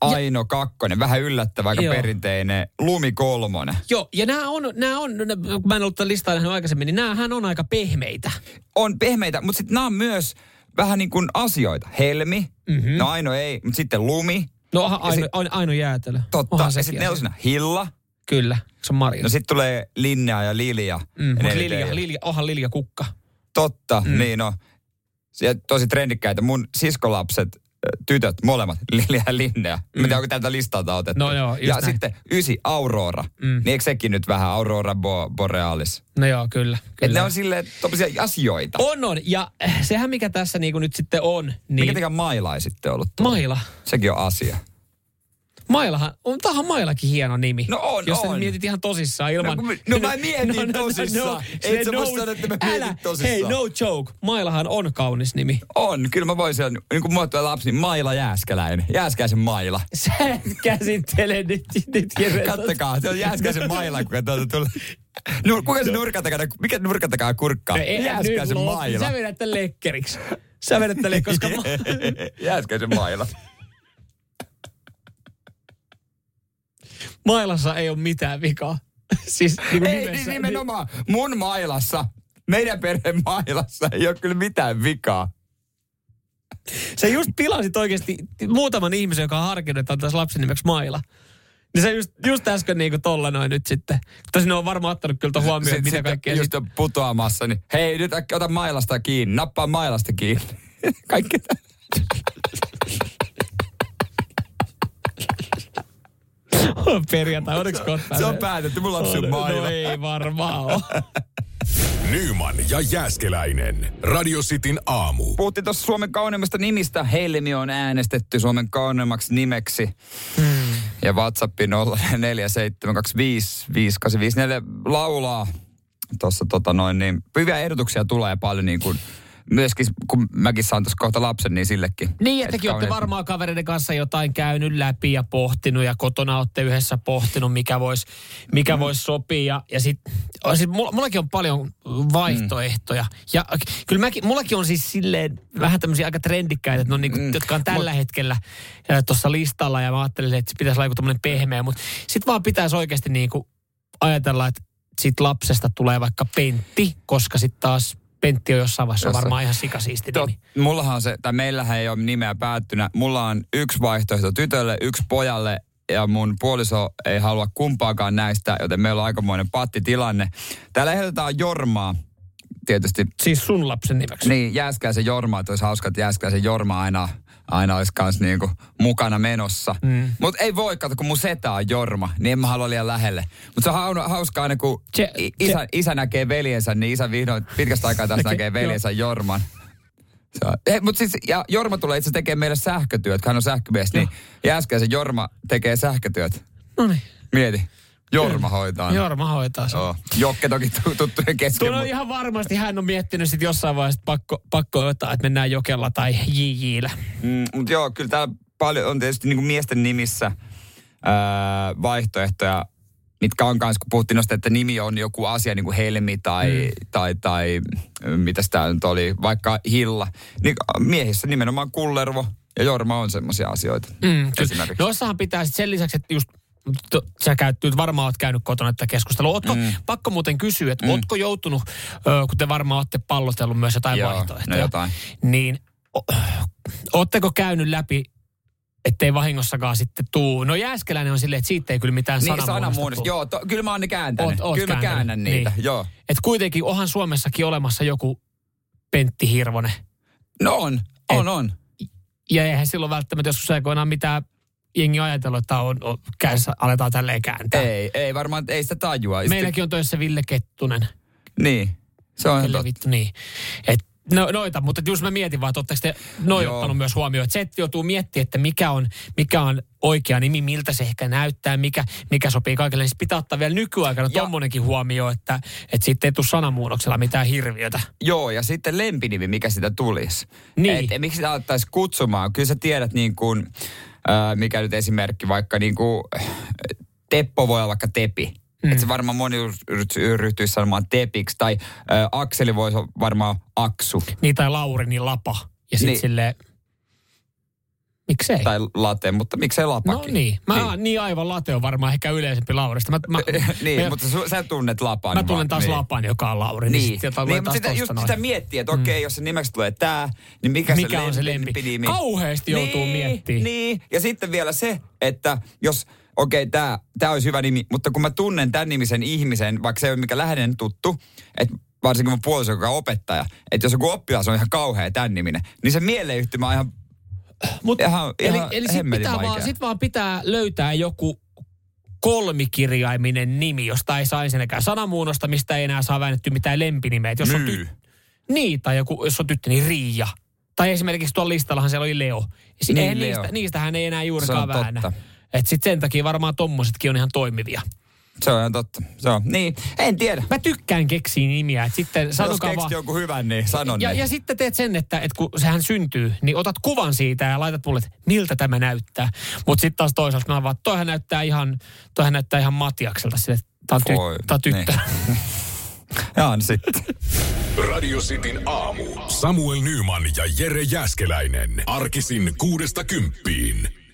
Aino kakkonen, vähän yllättävä, aika
Joo.
perinteinen. Lumi kolmonen.
Joo, ja nämä on, nämä on, nää- kun mä en ollut tätä listaa nähnyt aikaisemmin, niin näähän on aika pehmeitä.
On pehmeitä, mutta sitten nämä on myös vähän niin kuin asioita. Helmi,
Mhm.
mm-hmm. no Aino ei, mutta sitten Lumi,
No onhan
Ja sit-
Aino, Aino, Aino jäätelö.
totta.
Onhan
ja
sekin
sitten
asia.
nelosena Hilla,
Kyllä, se on Marja.
no sitten tulee Linnea ja Lilja.
mm, mutta
Edelleen.
Lilja, Lilja, onhan Lilja kukka.
Totta, mm. niin on. Se- tosi trendikkäitä. Mun siskolapset, ö, tytöt, molemmat, Lilja ja Linnea. Mm. Mä tiedän, onko tältä listalta otettu.
No joo, just
Ja
näin.
sitten ysi, Aurora. Mm. Niin eikö sekin nyt vähän Aurora Bo- Borealis?
No joo, kyllä.
Et
kyllä.
ne on silleen tommosia asioita.
On, on. Ja äh, sehän mikä tässä niinku nyt sitten on,
Mikä
niin
tekee maila ei sitten ollut? tuo?
maila.
Sekin on asia.
Mailahan, on tähän mailakin hieno nimi.
No on,
Jos sä
on.
mietit ihan tosissaan ilman...
No kun mä- no mä mietin tosissaan. Ei sä voi sanoa, että mä mietin
no, älä,
tosissaan.
Hei, no joke. Mailahan on kaunis nimi.
On, kyllä mä voisin, niin kuin mua tulee lapsi, niin Maila Jääskäläinen. Jääskäisen Maila.
Sä et käsittele nyt, nyt kirjoitat.
Kattokaa, se on Jääskäisen Maila, kun tuolta tulee. No, kuka se nurkan takana, mikä nurkan takana kurkkaa?
No ei, nyt
Jääskäisen
loppu.
Maila.
Sä vedät tän lekkeriksi. Sä vedät tän lekkeriksi, koska... ma-
Jääskäisen Maila.
Mailassa ei ole mitään vikaa. Siis niin
Ei, niin nimenomaan. Mun mailassa, meidän perheen mailassa ei ole kyllä mitään vikaa.
Sä just pilasit oikeasti muutaman ihmisen, joka on harkinnut, että antaisi lapsen nimeksi Maila. Niin sä just, just äsken niin kuin tolla noin nyt sitten. Tosin ne on varmaan ottanut kyllä ton huomioon,
Sitten
että mitä kaikkea
just on putoamassa, niin hei nyt äkki ota mailasta kiinni, nappaa mailasta kiinni. Kaikki tä-
on perjantai. Onneksi kohta.
se on päätetty, mun lapsi on
No
maila.
ei varmaan ole.
Nyman ja Jääskeläinen. Radio Cityn aamu.
Puhuttiin tuossa Suomen kauneimmasta nimistä. Helmi on äänestetty Suomen kauneimmaksi nimeksi.
Hmm.
Ja WhatsAppin 0472558554 laulaa. Tuossa tota noin, niin hyviä ehdotuksia tulee paljon niin kuin myöskin, kun mäkin saan tuossa kohta lapsen, niin sillekin.
Niin, että tekin olette
kauneet-
varmaan kavereiden kanssa jotain käynyt läpi ja pohtinut ja kotona olette yhdessä pohtinut, mikä voisi
Mm.
mikä vois sopia. Ja, ja sit, o, sit mulla, mullakin on paljon vaihtoehtoja.
Mm.
Ja k- kyllä mäkin, mullakin on siis silleen vähän tämmöisiä aika trendikkäitä, että ne on niinku, mm. jotka on tällä hetkellä tuossa listalla ja mä ajattelin, että se pitäisi olla joku tämmöinen pehmeä. Mutta sitten vaan pitäisi oikeasti niinku ajatella, että sit lapsesta tulee vaikka Pentti, koska sitten taas Pentti on jossain vaiheessa
Jossain-
varmaan ihan sikasiisti
Tot,
nimi.
Tota, mullahan on se, tai meillähän ei ole nimeä päättynä. Mulla on yksi vaihtoehto tytölle, yksi pojalle ja mun puoliso ei halua kumpaakaan näistä, joten meillä on aikamoinen pattitilanne. Täällä ehdotetaan Jormaa, tietysti.
Siis sun lapsen nimeksi.
Niin, Jääskäisen Jormaa, että olisi hauska, että Jääskäisen Jorma aina, aina olisi kans niinku mukana menossa. Mm. Mutta ei voi, kato, kun mun setä on Jorma, niin en mä halua liian lähelle. Mutta se on hauna- hauskaa aina, kun
Se-
i- isä, isä näkee veljensä, niin isä vihdoin pitkästä aikaa taas näkee veljensä Jorman. Mutta siis, ja Jorma tulee itse tekemään meille sähkötyöt, kun hän on sähkömies, niin Jääskäisen Jorma tekee sähkötyöt.
No niin.
Mieti, Jorma hoitaa. ne.
Jorma hoitaa sen.
Joo. Jokke toki tu- tuttujen kesken.
Tuo on
mut-
ihan varmasti, hän on miettinyt sitten jossain vaiheessa, että pakko, pakko jotain, että mennään jokella tai JJllä.
Mm, mutta joo, kyllä täällä paljon on tietysti niin miesten nimissä ää, vaihtoehtoja, mitkä on kanssa, kun puhuttiin noista, että nimi on joku asia, niin kuin helmi tai, mm. tai, tai, tai mitä tämä nyt oli, vaikka hilla. Niin miehissä nimenomaan kullervo ja jorma on semmoisia asioita mm, esimerkiksi.
Noissahan No pitää sitten sen lisäksi, että just to, sä käyt, nyt varmaan oot käynyt kotona tätä keskustelua. Ootko, mm. pakko muuten kysyä, että mm. ootko joutunut, ö, kun te varmaan ootte pallotellut myös jotain
Joo,
vaihtoehtoja.
no jotain.
Niin, o, ootteko käynyt läpi ettei vahingossakaan sitten tuu. No Jääskeläinen on silleen, että siitä ei kyllä mitään
Niin,
sanamuodosta
sanamuunnosta.
tuu.
Joo, to, kyllä mä oon ne kääntänyt.
Oot- oot
kyllä mä
kääntänyt,
käännän niitä,
niin.
joo.
Et kuitenkin onhan Suomessakin olemassa joku Pentti Hirvonen.
No on, on, on.
Ja eihän silloin välttämättä joskus aikoinaan mitään jengi ajatellut, että on, on, käs, aletaan tälleen kääntää.
Ei, ei varmaan, ei sitä tajua. Sitten-
Meilläkin on töissä Ville Kettunen.
Niin, se on ihan
Kyllä
totta.
vittu niin. Et, no, noita, mutta just mä mietin vaan, että ootteko te noi
Joo.
ottanut myös huomioon. Että se, että joutuu miettimään, että mikä on, mikä on oikea nimi, miltä se ehkä näyttää, mikä, mikä sopii kaikille. Niin sit pitää ottaa vielä nykyaikana
Ja-
tommonenkin huomio, että, että siitä ei tule sanamuunnoksella mitään hirviötä.
Joo, ja sitten lempinimi, mikä sitä tulisi.
Niin.
Et, et miksi sitä alettaisiin kutsumaan? Kyllä sä tiedät niin kuin, äh, mikä nyt esimerkki, vaikka niin kuin, äh, Teppo voi olla vaikka Tepi.
Hmm.
Mm. Et se varmaan moni ryhtyy- ryhtyisi sanomaan Tepiksi. Tai äh, Akseli voi olla varmaan Aksu.
Niin tai Lauri, niin lapa. Ja sitten
Niin.
niin. silleen, miksei?
Tai Late, mutta miksei
No
Lapaki?
niin. Mä niin. niin aivan late on varmaan ehkä yleisempi Laurista. Mä, mä,
niin,
mä,
mutta su, sä tunnet Lapan.
mä tunnen
vaan,
taas
niin.
Lapan, joka on Lauri. Niin,
Niin,
sit sieltä tulee
niin mutta
taas
sitä,
tosta
just
noin. Hmm.
sitä miettiä, että okei, jos se nimeksi tulee tää, niin mikä,
Mikä on se lempinimi? Kauheasti joutuu
niin,
miettimään.
Niin, ja sitten vielä se, että jos, okei, okay, tää, tää olisi hyvä nimi, mutta kun mä tunnen tämän nimisen ihmisen, vaikka se ei ole mikä läheinen tuttu, että varsinkin mun puoliso, joka on opettaja, että jos joku oppilas on ihan kauhea tämän niminen, niin se mieleyhtymä on ihan,
Mut,
ihan,
eli
ihan
eli sit,
hemmetin
pitää
vaikea.
vaan, sit vaan pitää löytää joku kolmikirjaiminen nimi, josta ei saa ensinnäkään sanamuunnosta, mistä ei enää saa väännetty mitään lempinimeä. Et Jos on
Myy.
ty- niin, tai joku, jos on tyttö, niin Riia. Tai esimerkiksi tuolla listallahan siellä oli Leo. Si-
Niin,
eihän
Leo.
Niistä, niistähän ei enää
Se
juurikaan
on
väännä.
totta.
Et sit sen takia varmaan tommosetkin on ihan toimivia.
Se on ihan totta. Se on. Niin, en tiedä.
Mä tykkään keksiä nimiä, et sitten
Jos
sanokaa
keksit
vaan.
jonkun hyvän, niin sanon
Ja,
ne.
ja sitten teet sen, että, että kun sehän syntyy, niin otat kuvan siitä ja laitat mulle, että miltä tämä näyttää. Mutta sitten taas toisaalta mä oon vaan, että toihan näyttää ihan, toihan näyttää ihan Matiakselta sille, että tää on,
Voi,
ty- tää on tyttö.
niin. Ja on sitten.
Radio Cityn aamu. Samuel Nyman ja Jere Jäskeläinen. Arkisin kuudesta kymppiin.